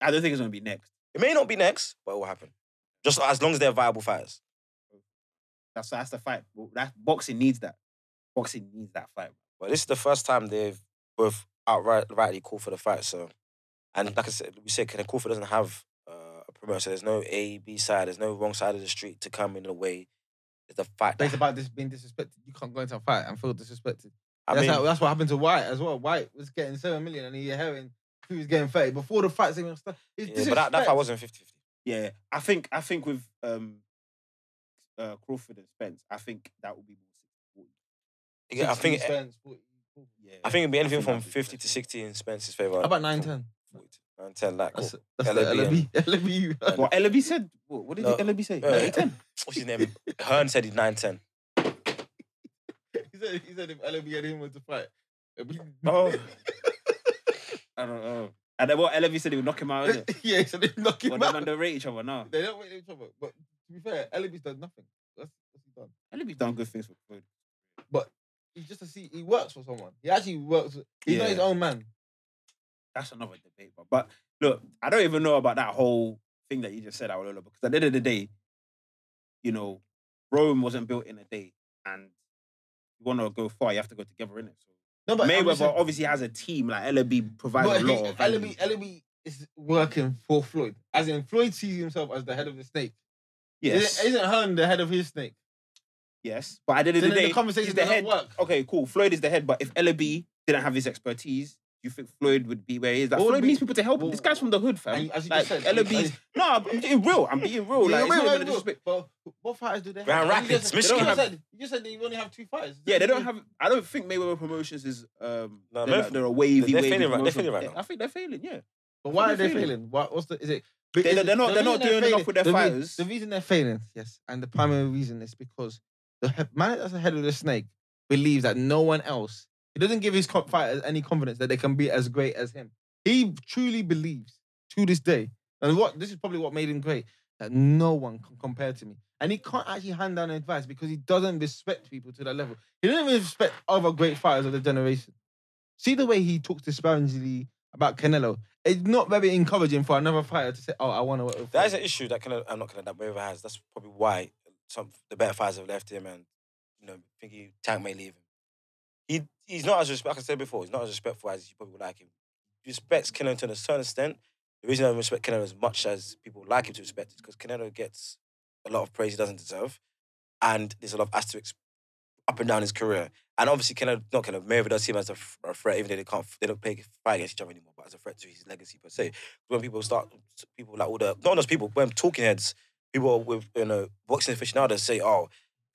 S3: I don't think it's gonna be next.
S4: It may not be next, but it will happen. Just as long as they're viable fighters.
S3: That's that's the fight. Well, That boxing needs that. Boxing needs that fight.
S4: But this is the first time they've both outright rightly called for the fight. So, and like I said, we said, Ken Crawford doesn't have uh, a promoter. So there's no A, B side. There's no wrong side of the street to come in the way. It's the fight.
S2: But it's about this being disrespected. You can't go into a fight and feel disrespected.
S4: I
S2: that's,
S4: mean,
S2: how, that's what happened to White as well. White was getting seven million and he hearing he was getting thirty before the fights even started. It's
S4: yeah, but that, that
S2: disrespect.
S4: fight wasn't 50 50.
S3: Yeah, I think I think with um uh, Crawford and Spence, I think that will be more. 60-40.
S4: Yeah, I
S2: 60
S4: think,
S2: Spence, 40.
S3: Yeah,
S4: I think it'd be anything from
S3: that'd be
S4: 50 to
S3: better.
S4: 60 in Spence's favor.
S2: How about nine ten?
S4: 9 10, like, oh,
S2: That's
S4: cool.
S2: that's
S4: LAB.
S2: the LB. LB.
S3: What LB said? What, what did
S4: No,
S3: LB say?
S4: uh,
S3: No, 8-10.
S4: what's his name? Hearn said he's 9 10.
S2: he said he said if LB had him to fight. it'd be-
S4: Oh.
S3: I don't know. And then what LB said, he would knock him out. Isn't it?
S2: yeah, so they knock him
S3: well, them
S2: out.
S3: underrate each other now.
S2: They don't wait each other. But to be fair, LB's done nothing. That's that's he done.
S3: LB's done good things for Floyd.
S2: He's just a see. He works for someone. He actually works. with- He's not his
S3: Yeah.
S2: own man.
S3: that's another debate. But, but look, I don't even know about that whole thing that you just said, Aulola, because at the end of the day, you know, Rome wasn't built in a day, and you want to go far, you have to go together, innit? So
S2: No, but I'm
S3: Mayweather
S2: just saying-
S3: obviously has a team. Like LB provides
S2: But
S3: a
S2: he-
S3: lot of value.
S2: LB, LB is working for Floyd. As in, Floyd sees himself as the head of the snake.
S3: yes,
S2: Isn't, isn't Hearn the head of his snake?
S3: yes. But at the end
S2: Then
S3: of the
S2: the
S3: day,
S2: conversation
S3: he's the
S2: doesn't
S3: head.
S2: work.
S3: Okay, cool. Floyd is the head, but if LB didn't have his expertise, do you think Floyd would be where he is? Like,
S2: What would
S3: Floyd
S2: be-
S3: needs people to help him.
S2: what-
S3: This guy's from the hood, fam.
S2: And as you
S3: like,
S2: just said,
S3: LOB's
S2: as-
S3: no, I'm being real. I'm being real. Like, it's not even a disrespect.
S2: But what fighters do they have?
S4: Grand
S2: You
S4: Rapids,
S2: just- you
S4: Michigan.
S2: just said- You just said that you only have two fighters.
S3: Yeah, they don't have. I don't think Mayweather Promotions is. Um,
S4: No,
S3: they're,
S4: Mayweather-
S3: like- they're a wavy.
S4: they're failing
S3: wavy
S4: right- they're
S3: promotion.
S4: failing right now.
S3: I think they're failing. Yeah,
S2: But why are
S3: They're
S2: they
S3: failing.
S2: failing? What, what's the? Is it?
S3: They're- they're not-
S2: the
S3: they're
S2: reason
S3: not
S2: they're
S3: doing enough with their
S2: the rea-
S3: fighters.
S2: The reason they're failing, yes, and the primary reason is because the he- man that's ahead of the snake believes that no one else. He doesn't give his co- fighters any confidence that they can be as great as him. He truly believes to this day, and what this is probably what made him great that no one can compare to me. And he can't actually hand down advice because he doesn't respect people to that level. He doesn't even respect other great fighters of the generation. See the way he talks disparagingly about Canelo. It's not very encouraging for another fighter to say, "Oh, I want to work with."
S4: That is
S2: Floyd."
S4: an issue that kind of I'm not gonna that Mayweather has. That's probably why some the better fighters have left him, and you know, thinking Tank may leave him. He he's not as respect. Like I said before, he's not as respectful as you probably would like him. He respects Canelo to a certain extent. The reason I don't respect Canelo as much as people would like him to respect is because Canelo gets a lot of praise he doesn't deserve, and there's a lot of asterisks up and down his career. And obviously, Canelo not Canelo Mayweather does see him as a, f- a threat, even though they can't they don't play fight against each other anymore, but as a threat to his legacy per se when people start, people like all the not just people, when talking heads, people with you know boxing aficionados say, oh,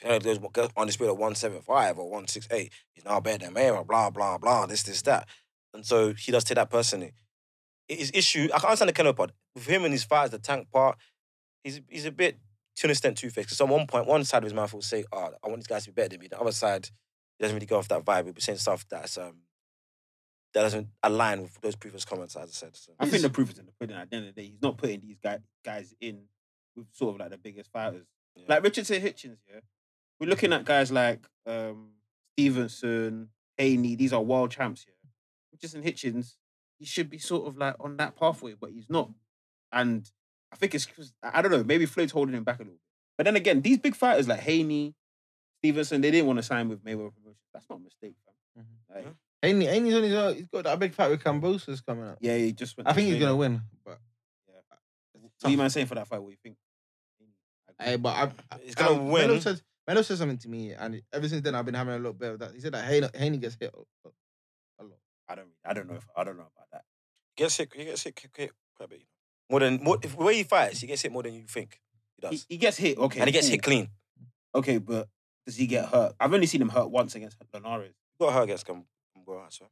S4: Canelo goes goes on the speed of one seven five or one six eight, he's now better than Mayweather, blah blah blah, this this that, and so he does take that personally. I- His issue, I can understand the Canelo part with him and his fighters, the tank part, he's he's a bit to an extent two faced. Because at one point, one side of his mouth will say, oh, I want these guys to be better than me. The other side, he doesn't really go off that vibe. He'll be saying stuff that's um. That doesn't align with those previous comments, as I said. So.
S3: I think the proof is in the pudding. At the end of the day, he's not putting these guy, guys in with sort of like the biggest fighters.
S4: Yeah.
S3: Like Richardson Hitchens, yeah. We're looking at guys like um, Stevenson, Haney. These are world champs, yeah. Richardson Hitchens, he should be sort of like on that pathway, but he's not. And I think it's 'cause- I I don't know. Maybe Floyd's holding him back a little bit. But then again, these big fighters like Haney, Stevenson, they didn't want to sign with Mayweather Promotions. That's not a mistake, fam.
S4: Mm-hmm.
S3: Like,
S2: Ain't he, ain't he on his own? He's got that big fight with Cambosos coming up.
S3: yeah, he just went.
S2: I
S3: to
S2: think he's
S3: Australia.
S2: gonna win, but
S3: What are you man saying for that fight? What do you think?
S2: Hey, but I, I-
S4: He's gonna
S2: um,
S4: win.
S2: Melo said, Melo said something to me, and ever since then I've been having a lot better. That he said that Haney, Haney gets hit a- a lot.
S3: I don't. I don't know. If, I don't know about that.
S4: gets hit. He gets hit qu- quick, quite a bit. More than more, if, where he fights, he gets hit more than you think he does,
S3: He, he gets hit. Okay,
S4: and he gets
S3: cool.
S4: hit clean.
S3: Okay, but does he get hurt? I've only seen him hurt once against Linares.
S4: He got hurt against Gamboa, I swear.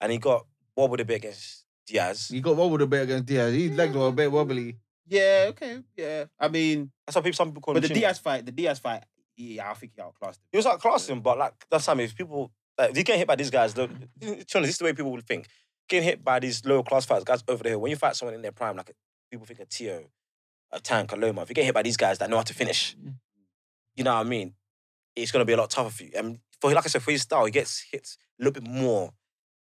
S4: And he got wobbled a bit against Diaz.
S2: He got wobbled a bit against Diaz. His legs were a bit wobbly.
S3: Yeah. Okay. Yeah. I mean,
S4: That's why people, some people call
S3: but
S4: him.
S3: the
S4: Junior.
S3: Diaz fight, the Diaz fight. Yeah, I think he outclassed him.
S4: he was outclassing, but like that's something. If people like, if you get hit by these guys, the, to be honest, this is the way people would think. Getting hit by these lower class fighters, guys over the hill. When you fight someone in their prime, like people think a Tio, a Tank, a Loma. If you get hit by these guys that know how to finish, you know what I mean. It's gonna be a lot tougher for you. And for like I said, for his style, he gets hit a little bit more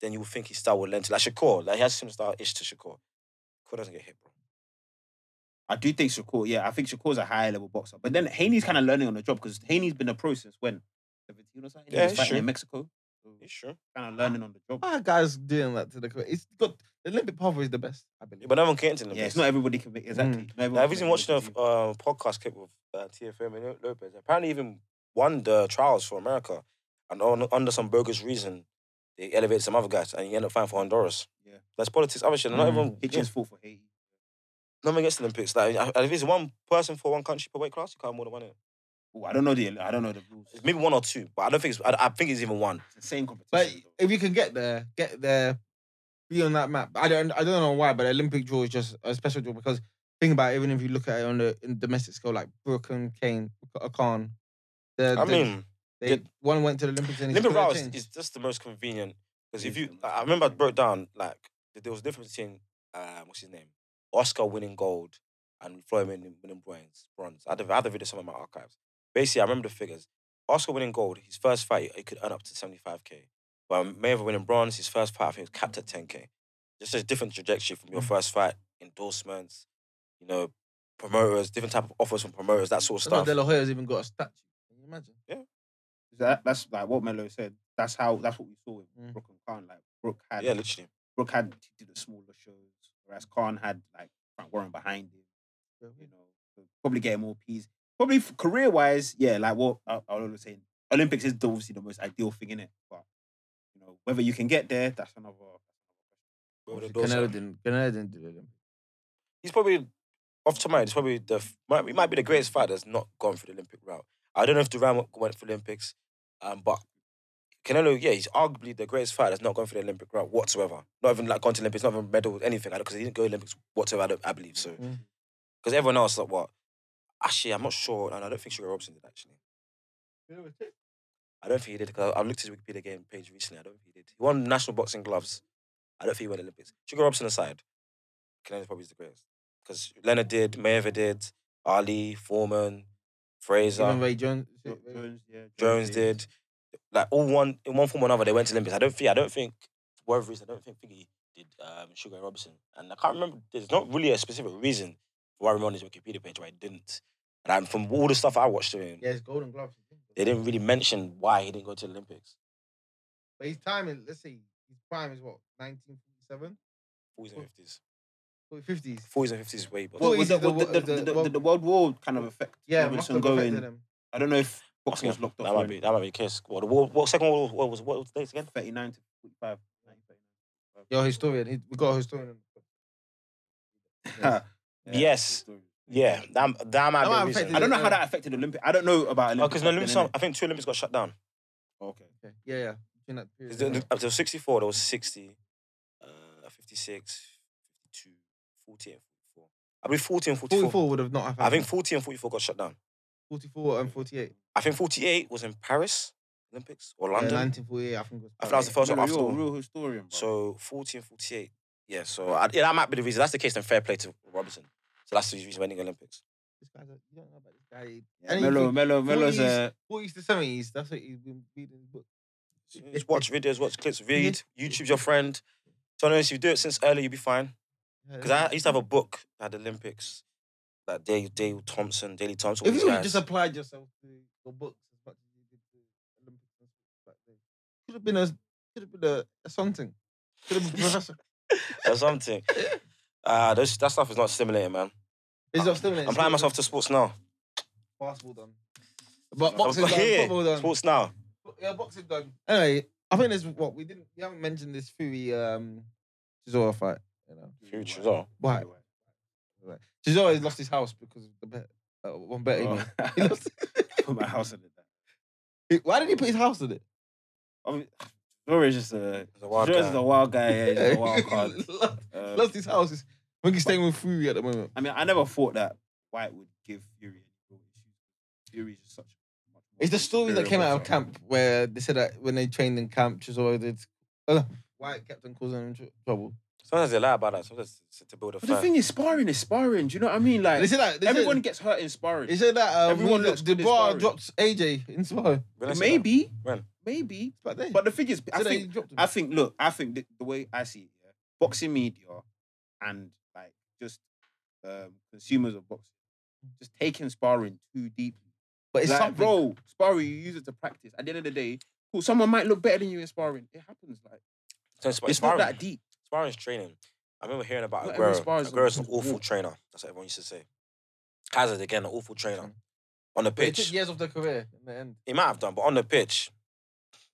S4: than you would think his style would lend to. Like Shakur, like he has similar style ish to Shakur. Shakur doesn't get hit, bro.
S3: I do think Shakur. Yeah, I think Shakur's a higher level boxer. But then Haney's kind of learning on the job because Haney's been a process when seventeen or something. He
S4: Yeah,
S3: was fighting
S4: sure.
S3: in Mexico.
S4: He's true.
S3: Kind of learning on the job.
S2: Ah, guys doing that to the career. It's got the Olympic pathway is the best, I believe.
S4: But no one can get into him.
S3: Yeah, it's not everybody can make exactly. not everyone
S4: Mm. Now, I've
S3: can
S4: even
S3: make
S4: watched a
S3: it.
S4: uh, podcast clip with uh, TFM and Lo- Lopez. Apparently, even won the trials for America, and on, under some bogus reason, they elevate some other guys, and you end up fighting for Honduras.
S3: Yeah.
S4: that's politics. Other shit. Not
S2: Mm.
S4: everyone.
S3: Hitchens fought for Haiti.
S4: No one gets to the Olympics. Like, I- I- if it's one person for one country per weight class, you can't more than one. innit?
S3: Oh, I don't know the. I don't know the rules.
S4: It's maybe one or two, but I don't think it's. I, I think it's even one.
S3: It's the same
S2: But
S3: competition. though.
S2: if you can get there, get there, be on that map. I don't, I don't know why, but the Olympic draw is just a special draw because think about it, even if you look at it on the in domestic scale, like Brooke and Kane, Khan, the,
S4: I
S2: the-
S4: mean,
S2: they,
S4: yeah.
S2: one went to the Olympics and he's
S4: Olympic
S2: gonna
S4: route is,
S2: change.
S4: is just the most convenient because
S3: It
S4: if
S3: is
S4: you,
S3: the most
S4: I I remember I broke down like that there was a difference between uh, what's his name, Oscar winning gold and Floyd winning, winning bronze. Bronze. I had, a- I had a video somewhere in my archives. Basically, I remember the figures. Oscar winning gold, his first fight, he could earn up to seventy five k. But Mayweather winning bronze, his first fight, I think, was capped at ten k. Just a different trajectory from your
S3: Mm.
S4: first fight, endorsements, you know, promoters, different type of offers from promoters, that sort of
S2: That's why
S4: stuff.
S2: De La Hoya's even got a statue. Can you imagine?
S3: that, that's like what Melo said. That's how. That's what we saw with
S2: Mm.
S3: Brooke and Khan. Like Brooke had.
S4: Yeah, literally.
S3: Brooke had he did the smaller shows, whereas Khan had like Frank Warren behind him. You know, so probably getting more peas. Probably career wise, yeah. Like what I, I was saying, Olympics is obviously the most ideal thing in it, but you know, Whether you can get there, that's another.
S4: Where would the doors
S2: Canelo
S4: go?
S2: didn't. Canelo didn't do it.
S4: He's probably off to mind. He's probably the f- might, he might be the greatest fighter that's not gone for the Olympic route. I don't know if Duran went- went for Olympics, um, but Canelo, yeah, he's arguably the greatest fighter that's not gone for the Olympic route whatsoever. Not even like gone to Olympics, not even medal, anything. Because he didn't go Olympics whatsoever, I, don't- I believe. So
S2: Mm.
S4: because everyone else, like what? Actually, I'm not sure, and I don't think Sugar Robinson did actually. I don't think he did because I I looked at his Wikipedia game page recently. I don't think he did. He won national boxing gloves. I don't think he won Olympics. Sugar Robinson aside, Canelo probably is the greatest because Leonard did, Mayweather did, Ali, Foreman,
S2: Even
S4: Fraser,
S2: Ray Jones.
S3: Jones, yeah,
S4: Jones did. Like all one in one form or another, they went to Olympics. I don't think. I don't think. for Whatever reason, I don't think Figgy did um, Sugar Robinson, and I can't remember. There's not really a specific reason why I'm on his Wikipedia page why he didn't. And I'm, from all the stuff I watched of him,
S2: Yeah, it's Golden Gloves.
S4: they didn't really mention why he didn't go to the Olympics.
S2: But his time is, let's see, his prime is what, 1947?
S4: 40s and 50s.
S2: 50s?
S4: 40s and 50s way, but
S2: Well,
S3: Well,
S2: is
S3: the,
S2: it the
S3: the,
S2: wo-
S3: the, the,
S2: the-
S3: the,
S2: well-
S3: the World War kind of effect.
S2: Yeah, must
S3: Robinson
S2: have affected
S3: going.
S2: him.
S3: I don't know if boxing was locked off.
S4: that might be that might be a case. What the world, what second world what was what was the dates again?
S3: 39 to 45.
S2: Yo, historian. he- We got a historian.
S3: Ha.
S4: Yes. Yeah, that that might
S2: That might
S4: be a reason.
S2: affect
S3: I don't know how
S2: Yeah.
S3: that affected Olympic. I don't know about Olympics.
S4: because the
S3: back
S4: Olympics,
S3: then,
S4: I think two Olympics got shut down.
S3: innit? Okay.
S2: Okay. Yeah, yeah. During that period,
S4: Is there-
S2: yeah.
S4: Up till 64, there was 60, uh, 56, 52, 40 and 44. I believe 40 and 44.
S2: 44 would have not happened.
S4: I think 40 and 44 got shut down.
S2: 44 and 48.
S4: I think 48 was in Paris Olympics or
S2: Yeah,
S4: London.
S2: 1948, I think. Was
S4: I think that was the first one
S3: Miller,
S4: after
S3: you're a
S4: all.
S3: real historian. Bro.
S4: So 40 and 48. Yeah, so I, yeah, that might be the reason. That's the case, then fair play to Robinson. So that's the reason winning Olympics.
S2: This guy's a- you don't know about this guy.
S3: yeah,
S2: And
S3: Melo,
S2: you think
S3: Melo, Melo's
S2: 40s
S3: a
S2: 40s to 70s, that's what he's been reading the book.
S4: Just watch videos, watch clips, read. YouTube's your friend. So honest, if you do it since early, you'll be fine. Because I used to have a book at the Olympics, like Dale, Dale Thompson, Daley Thompson. all
S2: If you
S4: these
S2: would have
S4: guys.
S2: just applied yourself to your books as much as you did to Olympic and sports back then, could have been a could have been a, a something. Could have been a professor.
S4: or something, uh, those, that stuff is not stimulating, man.
S2: It's not stimulating.
S4: I'm applying myself to sports now.
S2: Basketball done. But boxing done.
S4: Yeah,
S2: Football done.
S4: Sports now.
S2: Yeah, boxing done. Anyway, I think there's what we didn't we haven't mentioned this Fury um Chisora fight. You know,
S4: Future, so.
S2: why Chisora has lost his house because of the bet. Uh, one bet. he
S3: Oh.
S2: made. He lost-
S3: put my house in it.
S2: Why did he put his house in it?
S3: Rory is just a
S4: He's a wild
S3: Rory's
S4: guy.
S3: just a wild guy. Yeah, he's a wild card.
S2: lost,
S3: Uh,
S2: lost his house. I think he's staying with Fury at the moment.
S3: I mean, I never thought that White would give Fury any real issues. Fury's just such. a much more
S2: It's the story that
S3: superior
S2: came out of
S3: boxer.
S2: camp where they said that when they trained in camp, Chisora did. Uh, White kept on causing him tr- trouble.
S4: Sometimes they lie about that. Sometimes it's to build a
S3: But the
S4: fan.
S3: thing is, sparring is sparring. Do you know what I mean? Like
S2: They said that they said-
S3: everyone gets hurt in sparring.
S2: He said that uh,
S3: Everyone
S2: everyone
S3: looks good in
S2: Dubois
S3: sparring.
S2: dropped AJ in Sparrow.
S4: When I say that,
S3: maybe,
S4: When?
S3: maybe.
S2: But they,
S3: But the thing is, I
S2: said that
S3: think
S2: he dropped him.
S3: I think, look, I think the, the way I see it, yeah, boxing media and like just um, consumers of boxing just taking sparring too deeply.
S2: but it's
S3: like,
S2: something.
S3: bro, sparring you use it to practice. At the end of the day, cool, someone might look better than you in sparring. It happens. Like
S4: So it's,
S3: it's
S4: sparring.
S3: not that deep.
S4: sparring is training. I remember hearing about
S3: Not everyone
S4: Aguero.
S3: spars on
S4: Aguero's
S3: the
S4: an awful
S3: walk.
S4: trainer. That's what everyone used to say. Hazard, again, an awful trainer. On the
S2: But It took
S4: pitch,
S2: years of their career in the end.
S4: he might have done, but on the pitch,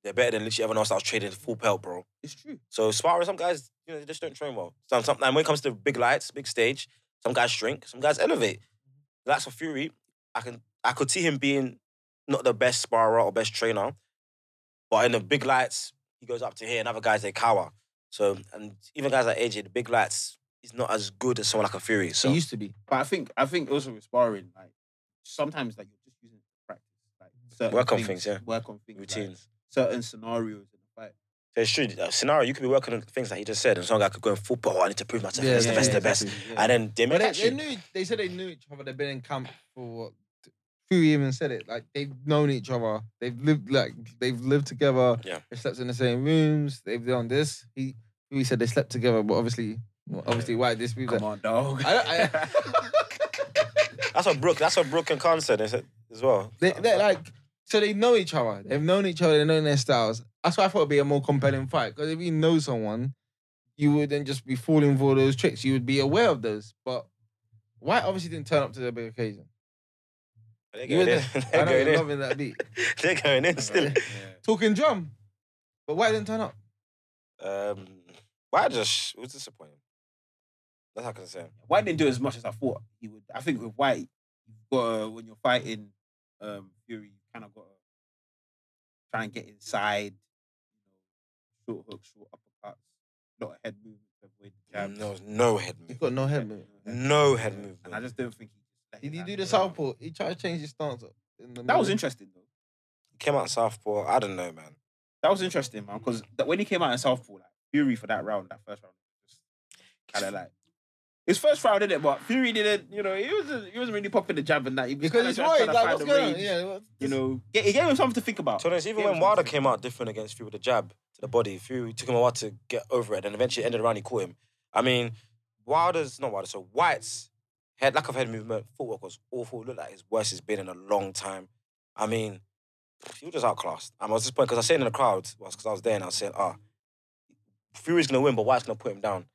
S4: they're better than literally everyone else that was training full pelt, bro.
S3: It's true.
S4: So sparring, some guys, you know, they just don't train well. Some, some, and when it comes to big lights, big stage, some guys shrink, some guys elevate. That's for Fury. I can I could see him being not the best sparrer or best trainer, but in the big lights, he goes up to here, and other guys they cower. So and even guys like AJ, the big lights, he's not as good as someone like a Fury. So
S2: it used to be.
S3: But I think I think also with sparring, like sometimes like you're just using it to practice, like certain
S4: Mm. Work on things, yeah.
S3: work on things, like,
S4: routines.
S3: certain scenarios in the fight.
S4: So it's true. A scenario you could be working on things like he just said, and some guy could go and football. I need to prove myself.
S2: Yeah,
S4: it's
S2: yeah,
S4: the best,
S2: yeah,
S4: the best.
S2: exactly,
S4: And then they may
S2: But they,
S4: actually
S2: they knew. They said they knew each other. They've been in camp for what? Fury even said it. Like they've known each other. They've lived like they've lived together.
S4: Yeah.
S2: They slept in the same rooms. They've done this. He Fury said they slept together, but obviously, well, obviously, why this? Come
S3: Come on, dog.
S2: I, don't- I,
S4: that's what Brooke. That's what Brooke and Khan said they said as well.
S2: They, they're like, so they know each other. They've known each other. They know their styles. That's why I thought it'd be a more compelling fight. Because if you know someone, you wouldn't just be falling for those tricks. You would be aware of those. But White obviously didn't turn up to the big occasion.
S4: They're
S2: You
S4: going in.
S2: were there.
S4: They're
S2: I know
S4: going
S2: you're
S4: in.
S2: loving that beat.
S4: They're going in still.
S3: Yeah.
S2: Talking drum. But White didn't turn up.
S4: Um, why just it was disappointing. That's how I can say. it.
S3: White didn't do as much as I thought he would. I think with White, you've got when you're fighting um, Fury, you kind of got to try and get inside, you know, short hooks, short uppercuts, a lot of head movement to avoid the jabs.
S4: There was no head
S2: He's
S4: movement.
S2: got no head movement.
S4: No head movement.
S3: And I just don't think he. Just let
S2: Did
S3: his
S2: he
S3: hand
S2: do
S3: go.
S2: the southpaw? He tried to change his stance up. in the
S3: That was
S2: middle.
S3: interesting though.
S4: came out southpaw. I don't know, man.
S3: That was interesting, man, because when he came out in Southpaw, like Fury for that round, that first round, just kind of like. His first round, did it? But Fury didn't, you know, he wasn't, he wasn't really popping the jab and that. He was
S2: because
S3: kinda
S2: he's
S3: trying-
S2: worried.
S3: trying to
S2: Like,
S3: find
S2: what's
S3: the
S2: going on?
S3: range.
S2: Yeah, what's
S3: you know, get, it gave him something to think about.
S4: To be honest, even
S3: Gave him
S4: when Wilder
S3: something to think
S4: came out different against Fury with the jab to the body, Fury took him a while to get over it, and eventually ended around. He caught him. I mean, Wilder's not Wilder. So White's head lack of head movement, footwork was awful. It looked like his worst he's been in a long time. I mean, he was just outclassed. I, mean, I was disappointed because I was saying in the crowd because I was there and I was saying, ah, Fury's gonna win, but White's gonna put him down.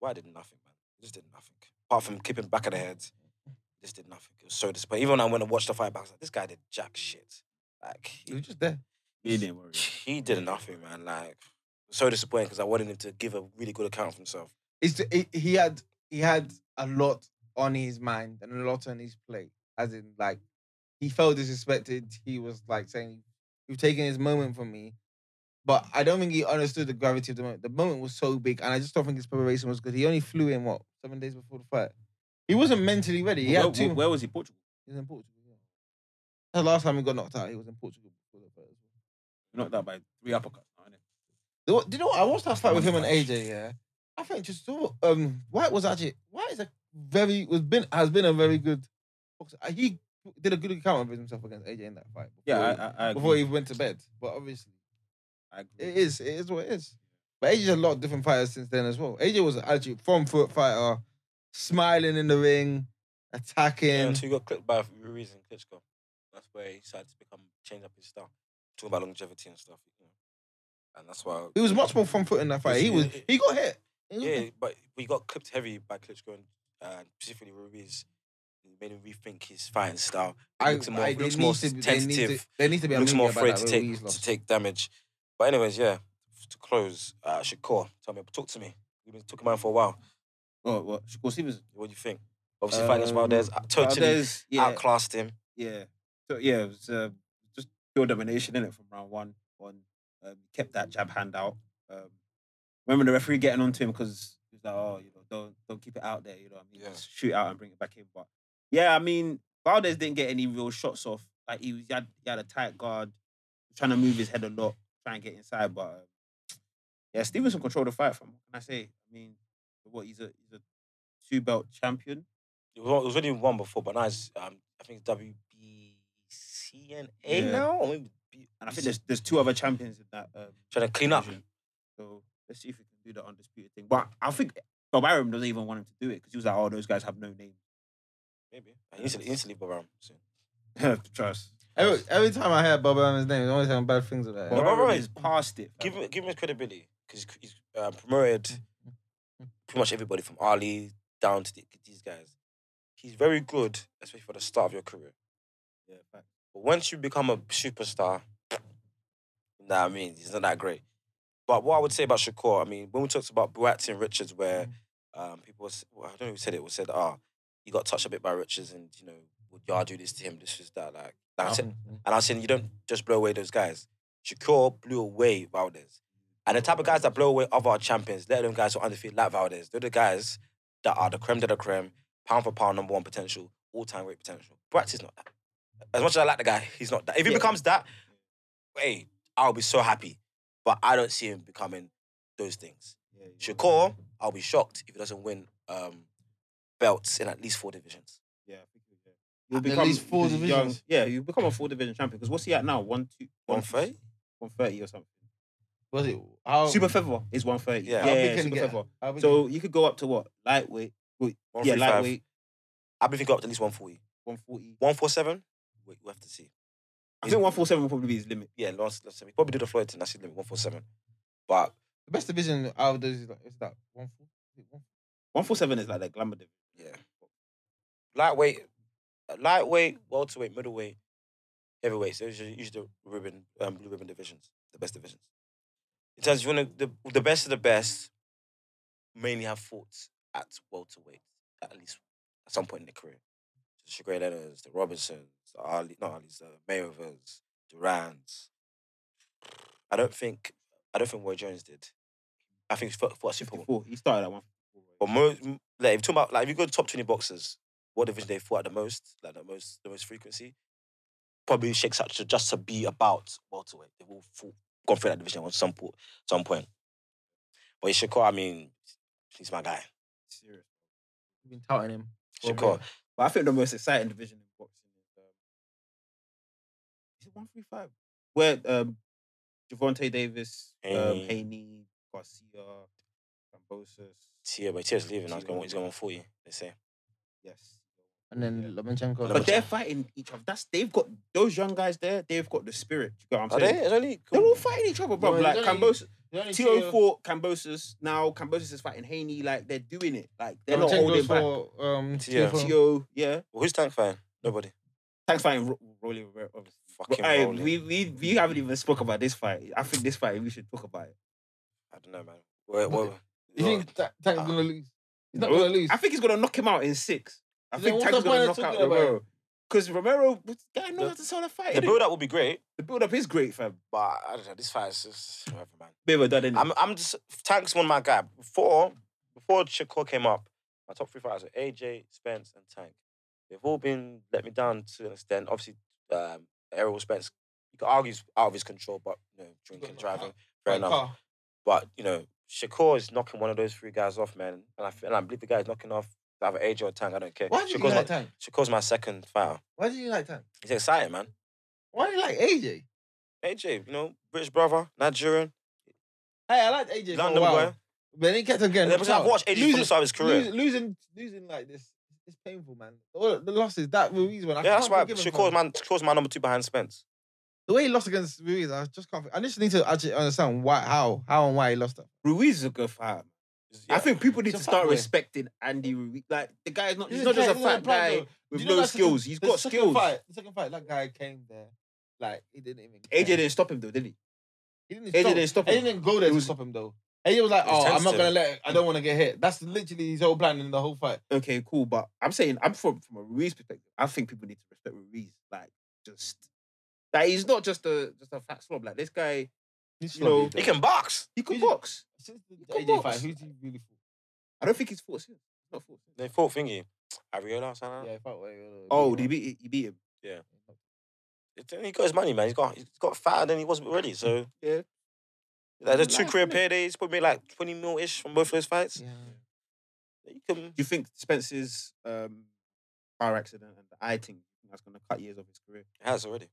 S4: White did nothing, man. He just did nothing. Apart from keeping back of the head, just did nothing. It was so disappointing. Even when I went and watched the fight back, I was like, this guy did jack shit. Like he
S2: he was just there.
S3: about. He didn't worry.
S4: he did nothing, man. Like so disappointing because I wanted him to give a really good account of himself.
S2: It's, he, he had he had a lot on his mind and a lot on his plate. As in, like he felt disrespected. He was like saying, "You've taken his moment from me," but I don't think he understood the gravity of the moment. The moment was so big, and I just don't think his preparation was good. He only flew in what seven days before the fight. He wasn't mentally ready. He
S3: where,
S2: had two.
S3: where- where was he? Portugal.
S2: He was in Portugal. yeah. The last time he got knocked out, he was in Portugal. Before the fight as well.
S3: Not that by three uppercuts. now, innit?
S2: The what- Do you know what? I watched that fight with him and AJ. Yeah, I think just so, um White was actually White is a very was been has been a very good boxer. Uh, He did a good account of himself against AJ in that fight. Before,
S3: Yeah, I, I, I agree.
S2: before he went to bed, but obviously
S3: I agree.
S2: it is it is what it is. But AJ's a lot of different fighters since then as well. AJ was actually from foot fighter, smiling in the ring,
S4: Yeah.
S2: attacking.
S4: Until he got clipped by Ruiz and Klitschko. That's where he decided to become change up his style. Talk about longevity and stuff. You know? And that's why
S2: He was much more front foot in that fight. He was he got hit. He was-
S4: Yeah, but we got clipped heavy by Klitschko and uh, specifically Ruiz. It made him rethink his fighting style. It looks more,
S2: they
S4: looks
S2: need
S4: more
S2: to- They need to,
S4: tentative.
S2: there needs to be a
S4: looks more
S2: media about
S4: afraid to
S2: that Ruiz
S4: take
S2: loss.
S4: to take damage. But anyways, yeah. To close, uh, Shakur, tell me, talk to me. We've been talking about him for a while.
S3: Oh, well, Shakur Stevens.
S4: What do you think? Obviously, fighting against
S3: Um,
S4: Valdez, uh, totally
S3: Valdez, yeah,
S4: outclassed him.
S3: yeah. So yeah, it was uh, just pure domination in it from round one. On um, kept that jab hand out. Um, remember the referee getting onto him because he was like, "Oh, you know, don't don't keep it out there. You know, what I mean,
S4: Yeah.
S3: just shoot out and bring it back in." But yeah, I mean, Valdez didn't get any real shots off. Like he was, he had, he had a tight guard, trying to move his head a lot, trying to get inside. But um, yeah, Stevenson controlled the fight. From what can I say? I mean, what he's a he's a two belt champion.
S4: It was, it was already one before, but now it's, um, I think it's WBCNA
S3: Yeah.
S4: now? Or maybe B-
S3: And I think there's there's two other champions in that. Um,
S4: trying to clean up.
S3: division. So let's see if we can do the undisputed thing. But I think Bob Arum doesn't even want him to do it because he was like, "Oh, those guys have no name."
S4: Maybe. I used to, used to leave Bob soon.
S3: Trust.
S2: Every, every time I hear Bob Aram's name, he's always saying bad things about
S3: Bob
S2: him.
S4: Bob
S3: Arum
S4: Arum
S3: is past it.
S4: Give
S3: fam.
S4: him, give him his credibility because he's, he's uh, promoted
S3: Mm,
S4: pretty much everybody from Ali down to the, these guys. He's very good, especially for the start of your career.
S3: Yeah, fact.
S4: But once you become a superstar, you know what I mean? He's not that great. But what I would say about Shakur, I mean, when we talked about Buatsi and Richards, where
S3: Mm.
S4: um, people, was, well, I don't know who said it, was said, ah, he got touched a bit by Richards and, you know, would y'all do this to him? This is that. Like,
S3: Oh,
S4: that's it. And I was saying, you don't just blow away those guys. Shakur blew away Valdez. And the type of guys that blow away other champions, let them guys who are undefeated like Valdez, they're the guys that are the creme de la creme, pound for pound, number one potential, all time great potential. Bratz is not that. As much as I like the guy, he's not that. If he
S3: Yeah.
S4: becomes that, hey, I'll be so happy. But I don't see him becoming those things.
S3: Yeah, yeah.
S4: Shakur, I'll be shocked if he doesn't win um, belts in at least four divisions.
S3: Yeah, I think he was, yeah. You'll
S2: At least four
S3: because he's young-
S2: divisions.
S3: yeah, you become a four division champion because what's he at now? One two,
S4: One thirty?
S3: one thirty or something.
S2: Was it how
S3: Super feather is one thirty.
S4: Yeah.
S3: Yeah,
S4: How
S2: big can Oh. he
S3: super
S2: get?
S3: feather.
S2: how big-
S3: So you could go up to what lightweight?
S4: One
S3: Yeah,
S4: thirty-five.
S3: lightweight,
S4: I've been thinking up to at least 140.
S3: one forty.
S4: 147? We, we have to see.
S3: I think one four seven will probably be his limit.
S4: Yeah, Lawrence, let's say. Probably do the Floyd thing. That's his limit, 147. But
S2: the best division out of those is, like, is that one four. Is it one four?
S3: One four seven is like the glamour division.
S4: yeah. Lightweight, uh, lightweight, welterweight, middleweight, heavyweight. So usually, usually the ribbon, um, blue ribbon divisions, the best divisions. in terms of you want the, the best of the best, mainly have fought at welterweight at least at some point in their career. The Sugar Leonard's, the Robinsons, the Ali, not Ali's, the Mayovers, Durant's. I don't think I don't think Roy Jones did. I think he fought, fought a Super Bowl.
S3: He started at one.
S4: But most, like, if you talk about like if you go to top twenty boxers, what division they fought at the most, like the most, the most frequency, probably shakes out to just to be about welterweight. They've all fought, gone through that division at some point. Some point. But Shakur, I mean, he's my guy.
S3: Serious.
S2: You've been touting him.
S4: Shakur,
S3: But I think the most exciting division in boxing is um, is it one three five, where um, Javante Davis, um,
S4: Haney.
S3: Haney, Garcia, Cambosis,
S4: yeah, but Tio's leaving. now. He's going, he's going on forty. They say.
S3: yes.
S2: And then
S3: Yeah.
S2: Lomachenko.
S3: But they're fighting each other. That's they've got those young guys there. They've got the spirit. You know what I'm
S4: Are
S3: saying?
S4: they? It's only
S3: They're all fighting each other, bro.
S2: Well,
S3: like
S2: it's only-
S3: Cambosis,
S2: The only
S3: T04
S2: two-
S3: Cambosis. Now Cambosis is fighting Haney. Like they're doing it. Like they're not holding
S2: Lomachenko's
S3: back.
S2: for, um,
S4: Yeah.
S2: T04.
S3: Tio, yeah.
S4: Well, who's Tank fan? Nobody.
S3: Thanks for fighting Ro- Rolly Rivera, obviously.
S4: Fucking
S3: But, aye,
S4: rolling.
S3: we, we we haven't even spoke about this fight. I think this fight we should talk about it.
S4: I don't know, man. Wait,
S2: What-
S4: wait,
S2: You
S4: wait.
S2: think Ta- Tank's
S4: Ah,
S2: gonna lose? He's not gonna lose.
S3: I think he's gonna knock him out in six. I
S2: Then
S3: think
S2: what's
S3: Tag's
S2: the
S3: gonna
S2: point
S3: knock
S2: of
S3: out
S2: talking about
S3: Romero because Romero was- guy
S4: The-
S3: knows how to sell a fight.
S4: The
S3: innit?
S4: build up would be great,
S3: the build up is great, fam.
S4: but I don't know. This fight is just whatever, man.
S3: Bieber done it.
S4: I'm, I'm just Tank's one of my guy. Before, before Shakur came up, my top three fighters were AJ, Spence, and Tank. They've all been let me down to an extent. Obviously, um, Errol Spence, you could argue he's out of his control, but you know, drinking,
S2: Got knocked
S4: driving,
S2: out
S4: fair
S2: Right,
S4: enough.
S2: Carr.
S4: But you know, Shakur is knocking one of those three guys off, man. And I feel, and I believe the guy's knocking off either AJ or Tank. I don't care.
S2: Why do you
S4: Shakur's
S2: like
S4: my,
S2: Tank?
S4: Shakur's my second fighter.
S2: Why do you like Tank?
S4: He's exciting, man.
S2: Why do you like AJ?
S4: AJ, you know, British brother, Nigerian,
S2: Hey, I liked AJ for a
S4: London
S2: while,
S4: boy.
S2: but then he kept on getting.
S4: Ever since
S2: knocked
S4: I've
S2: out.
S4: watched AJ from the
S2: Losing-
S4: start of his career.
S2: Losing, losing, losing like this, it's painful, man. All the losses that Ruiz one. I
S4: yeah, that's
S2: can't
S4: why
S2: forgive him for.
S4: Shakur's my, Shakur's my number two behind Spence.
S2: The way he lost against Ruiz, I just can't. I just need to actually understand why, how, how, and why he lost that.
S3: Ruiz is a good fighter. man.
S4: Yeah.
S3: I think people need
S2: He's
S3: to
S2: a
S3: start
S2: fuckboy.
S3: respecting Andy Ruiz. Like the guy is not he's,
S2: He's a
S3: not just a
S2: guy- he's a
S3: fat
S2: black
S3: guy
S2: dude.
S3: with
S2: You know
S3: no
S2: that second-
S3: skills. he's
S2: The
S3: got
S2: second
S3: skills.
S2: Fight, the second fight, that guy came there, like he didn't even.
S3: AJ
S2: care.
S3: didn't stop him though, did he?
S2: He didn't
S3: AJ
S2: stop.
S3: didn't stop
S2: AJ
S3: him.
S2: didn't go there
S3: It
S2: to
S3: was-
S2: stop him though. AJ was like,
S4: It was
S2: "Oh, I'm not
S4: tentative.
S2: gonna let. I don't want to get hit." That's literally his whole plan in the whole fight.
S3: Okay, cool. But I'm saying I'm from from a Ruiz perspective. I think people need to respect Ruiz. Like just like he's not just a just a fat slob. Like this guy,
S2: He's
S3: You know,
S2: sloppy,
S4: He
S2: though.
S4: can box.
S3: he could
S2: He's-
S3: box.
S2: Since the
S3: can
S2: AJ fight,
S3: box.
S2: who's he really for?
S3: I don't think he's fought since. He's Not fought since.
S4: They thought thingy. Ariola,
S2: Yeah,
S4: yeah.
S2: he fought. wait, wait, wait,
S3: Oh,
S2: wait.
S3: did he beat he beat him.
S4: He got his money, man. He's got he's got fatter than he was already. So
S3: Yeah.
S4: like, there's two
S3: Life,
S4: career
S3: innit?
S4: paydays, probably like twenty mil ish from both of those fights.
S2: Yeah. Mm.
S4: You can
S3: Do you think Spence's um, car accident and the eye thing that's going to cut years off his career?
S4: It has already.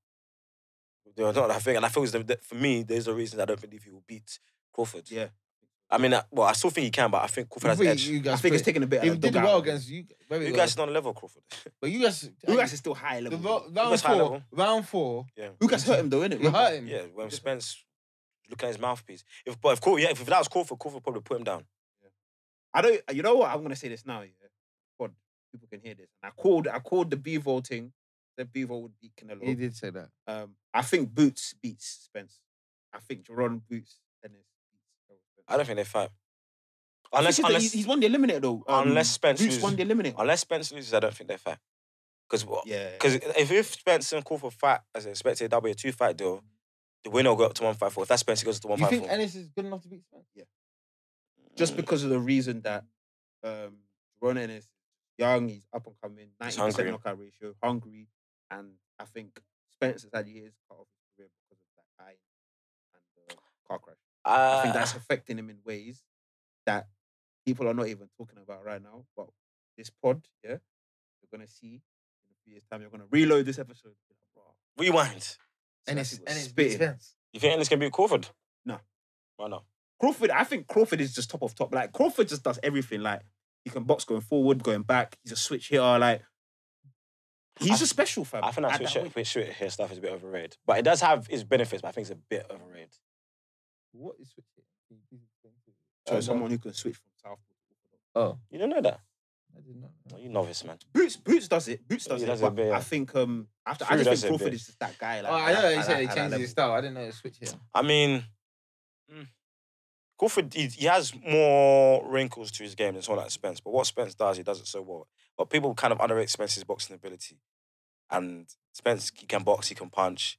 S4: There are not that thing, and I feel it's the- that for me, there's a reason I don't believe he will beat Crawford.
S3: Yeah.
S4: I mean, I, well, I still think he can, but I think Crawford has an
S2: Wait,
S4: edge.
S2: you
S3: I
S2: guys
S3: think it's
S2: put-
S3: taking a bit.
S2: He
S3: of the
S2: did
S3: dog
S2: well
S3: out.
S2: against you. very
S4: You
S2: well.
S4: guys are not on level, Crawford.
S2: but you guys, uh,
S3: Ugas is still high
S2: the
S3: level.
S2: ro-
S3: bro.
S2: round
S4: Ugas high
S2: four,
S4: level.
S2: round four,
S4: Yeah,
S3: Ugas hurt him though, innit?
S2: you hurt him.
S4: yeah. When
S3: Just-
S4: Spence looking at his mouthpiece, if but if Crawford, yeah, if that was Crawford, Crawford probably put him down.
S3: I don't. You know what? I'm gonna say this now. Yeah, God, people can hear this. And I called. I called the Bevo thing. That Bevo would beat Canelo.
S2: He did say that.
S3: Um, I think Boots beats Spence. I think Jerron Boots Dennis beats.
S4: I don't think they fight. Unless,
S3: he's,
S4: unless,
S3: he's, he's won the eliminator though. Um,
S4: unless Spence loses.
S3: Boots won the eliminator.
S4: unless Spence loses, I don't think they fight. Because
S3: yeah.
S4: Because if, if Spence and Crawford fight as expected, that'll be a two fight deal. The winner will go up to 154. If that's Spence, he goes to
S2: You think
S4: 154.
S2: Ennis is good enough to beat Spence?
S3: just because of the reason that um, Ron Ennis young, he's up and coming,
S4: He's
S3: 90%
S4: hungry.
S3: knockout ratio, hungry, and I think Spencer's had years cut off his career because of that eye and the car crash.
S4: Uh,
S3: I think that's affecting him in ways that people are not even talking about right now. But this pod, yeah, you're gonna see in a few years' time, you're gonna reload this episode. Wow.
S4: Rewind.
S3: So
S2: Ennis,
S3: that's
S2: Ennis beat
S3: spitting.
S2: Spence.
S4: You think Ennis can beat Crawford?
S3: No.
S4: Why not?
S3: Crawford, I think Crawford is just top of top. Like Crawford just does everything. Like he can box going forward, going back. He's a switch hitter. Like he's
S4: I-
S3: just special, fam.
S4: I think
S3: at
S4: that switch,
S3: that weight.
S4: switch, switch here stuff is a bit overrated. But it does have its benefits, but I think it's a bit overrated.
S2: What is switch here?
S3: So
S4: um,
S3: someone who can switch from south.
S2: Oh,
S4: You don't know that?
S2: I did not.
S4: No, you novice, man.
S3: Boots, Boots does it. Boots
S4: Yeah,
S3: does
S4: he
S3: it.
S4: does it a
S3: but
S4: bit, yeah.
S3: I think um, after,
S4: True,
S3: I
S4: does
S3: just
S4: it a
S3: think Crawford
S4: bit.
S3: is just that guy. Like,
S2: oh, I know.
S3: at
S2: He
S3: that-
S2: said
S3: at
S2: he
S3: that
S2: changed
S3: level.
S2: his style. I didn't know it was switch here.
S4: I mean, mm, Crawford, he, he has more wrinkles to his game than someone like Spence. But what Spence does, he does it so well. But people kind of underrate Spence's boxing ability. And Spence, he can box, he can punch,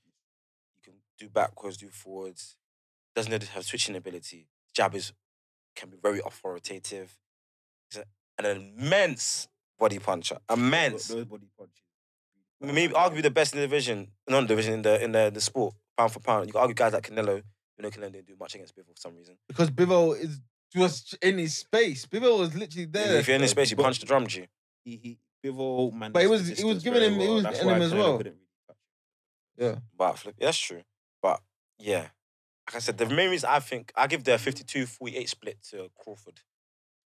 S4: he can do backwards, do forwards. Doesn't really have switching ability. Jab is can be very authoritative. He's a- an immense body puncher. Immense.
S3: Those body punches.
S4: maybe argue the best in the division, not division in the in the, the sport, pound for pound. You can argue guys like Canelo, you know Canelo didn't do much against Bivol for some reason.
S2: because Bivol is just in his space. Bivol was literally there.
S4: if you're in his space, you punch the drum, G.
S3: He, he, Bivol man.
S2: But it was- it was giving him- it was in him as well. Yeah.
S4: But flip, that's true. But yeah, like I said, the main reason I think I give the 52-48 split to Crawford.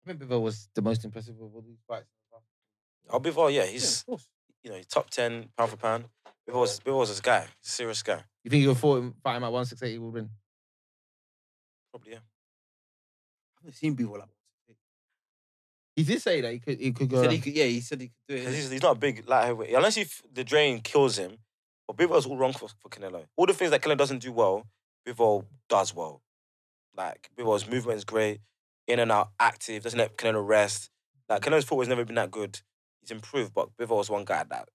S2: I think Bivol was the most impressive of all these fights.
S4: Oh, Bivol, yeah, he's you know he's top ten pound for pound. Bivol's Bivol's his guy, serious guy.
S2: You think you'll fight him, fight him at 168, he will win?
S4: Probably yeah.
S3: I haven't seen Bivol like
S2: He did say that he could, he could
S3: He
S2: go.
S3: said he
S2: around.
S3: could, yeah, he said he could do
S4: 'Cause
S3: it.
S4: He's, he's not a big light heavyweight. Unless if the drain kills him, but Bivol's all wrong for, for Canelo. All the things that Canelo doesn't do well, Bivol does well. Like Bivol's movement is great, in and out, active, doesn't let Canelo rest. Like Canelo's footwork has never been that good. He's improved, but Bivol's one guy that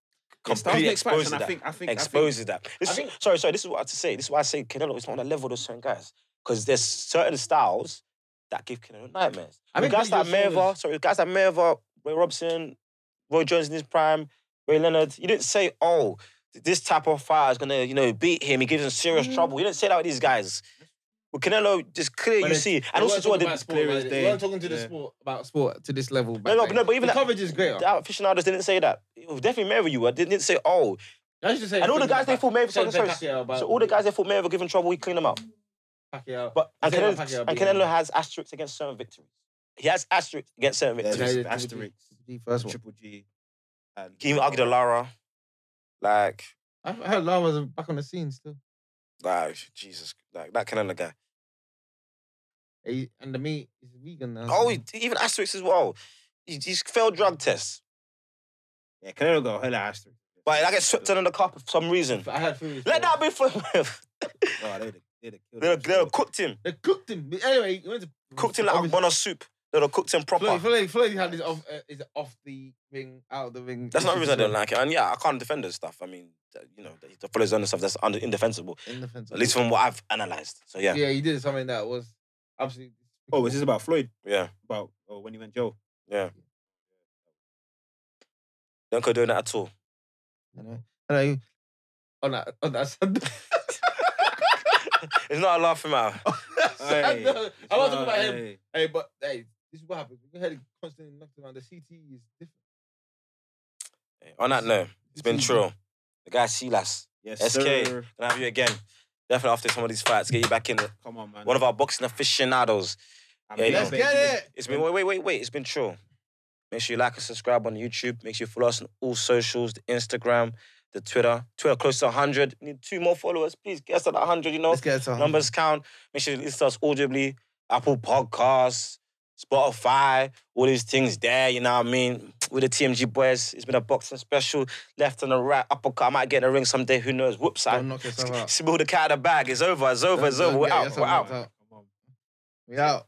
S4: completely exposes that.
S3: I think, I think,
S4: exposes that. This
S3: I
S4: is-
S3: think-
S4: sorry, sorry. This is what I have to say. This is why I say Canelo is not on the level of certain guys because there's certain styles that give Canelo nightmares.
S2: I
S4: I
S2: mean,
S4: mean, guys
S2: but
S4: like
S2: you're saying
S4: Mayweather,
S2: this-
S4: sorry, guys like Mayweather, Roy Robson, Roy Jones in his prime, Ray Leonard. You didn't say, oh, this type of fighter is gonna, you know, beat him. He gives him serious trouble. You didn't say that with these guys. With Canelo, just clear you
S3: But it's-
S4: see, and also to what
S2: about
S4: the
S2: sport,
S3: clear as
S2: man.
S3: day.
S2: We weren't talking to the
S3: Yeah.
S2: sport about sport to this level. back
S4: no,
S2: then.
S4: no, but
S2: the
S4: even like-
S2: coverage is greater.
S4: the aficionados didn't say that. It was definitely Mayweather you were. They didn't say, oh,
S2: That's just saying
S4: and all the
S2: something
S4: guys they
S2: about-
S4: thought Mayweather, sorry,
S2: something
S4: sorry,
S2: about Pacquiao, about-
S4: so all the guys they thought Mayweather giving trouble, he cleaned them up.
S2: Pacquiao.
S4: But and
S2: Say about
S4: Canelo,
S2: Pacquiao
S4: and
S2: being-
S4: Canelo has asterisks against certain victories. He has asterisks against certain
S3: Yeah,
S4: victories.
S2: Okay,
S3: That's the
S2: Triple G-
S3: rates.
S2: G First one.
S3: Triple G. And
S4: Can you even argue the Lara? Like,
S2: I heard Lara's back on the scene still.
S4: like Jesus, like that Canelo guy.
S2: He- And the meat is vegan now.
S4: Oh, he, even asterisks as well. He, he's failed drug tests,
S3: Yeah, Canelo got a hell of asterisk.
S4: but that gets swept under the carpet for some reason.
S2: I had food.
S4: Let that be for
S3: Oh, they'd have, they'd have killed
S4: They'll,
S3: him.
S4: they'll cooked him,
S2: They cooked him. Anyway, he went to
S4: cooked him like a
S2: Obviously-
S4: bun of soup. They'll cooked him proper.
S2: Floyd, Floyd, Floyd had his off, uh, his off the ring, out of the ring.
S4: That's not the
S2: issues
S4: reason I
S2: as
S4: don't like it. And yeah, I can't defend his stuff. I mean, uh, you know, the- the followers on and stuff that's under, indefensible.
S2: well. In the fence.
S4: At least from what I've analysed. So yeah, yeah.
S2: yeah, he did something that was absolutely.
S3: Oh, was this about Floyd?
S4: yeah.
S3: About oh, when he went Joe?
S4: Don't go doing that at all.
S2: Anyway, anyway, on that, on that Sunday.
S4: It's not a laughing matter.
S2: I know. I was talking about him.
S3: Hey.
S2: Hey, but hey, this is what happens. We had constantly knocked around. The CT is different.
S4: On that note, it's been
S2: E
S4: true. The guy Silas,
S3: Yes,
S4: SK.
S3: sir.
S4: gonna have you again. Definitely after some of these fights, get you back in. it.
S3: Come on, man.
S4: One of our boxing aficionados.
S3: I'm
S4: Yeah, you
S2: Let's
S4: know.
S2: get it.
S4: It's been wait, wait, wait, wait. It's been true. Make sure you like and subscribe on YouTube. Make sure you follow us on all socials: the Instagram, the Twitter. Twitter close to 100. We need two more followers, please. Get us to that 100. You know,
S2: Let's get it. to
S4: numbers count. Make sure you listen to us audibly. Apple Podcasts, Spotify, all these things there, you know what I mean? With the TMG boys, it's been a boxing special. Left and a right, uppercut. I might get in the ring someday, who knows? Whoops, I
S2: Don't knock yourself out.
S4: spill the cat out of the bag. It's over, it's over, it's over. We're
S2: Yeah,
S4: out,
S2: yes,
S4: we're
S2: I'm
S4: out.
S2: knocked out.
S3: Come on.
S2: We out.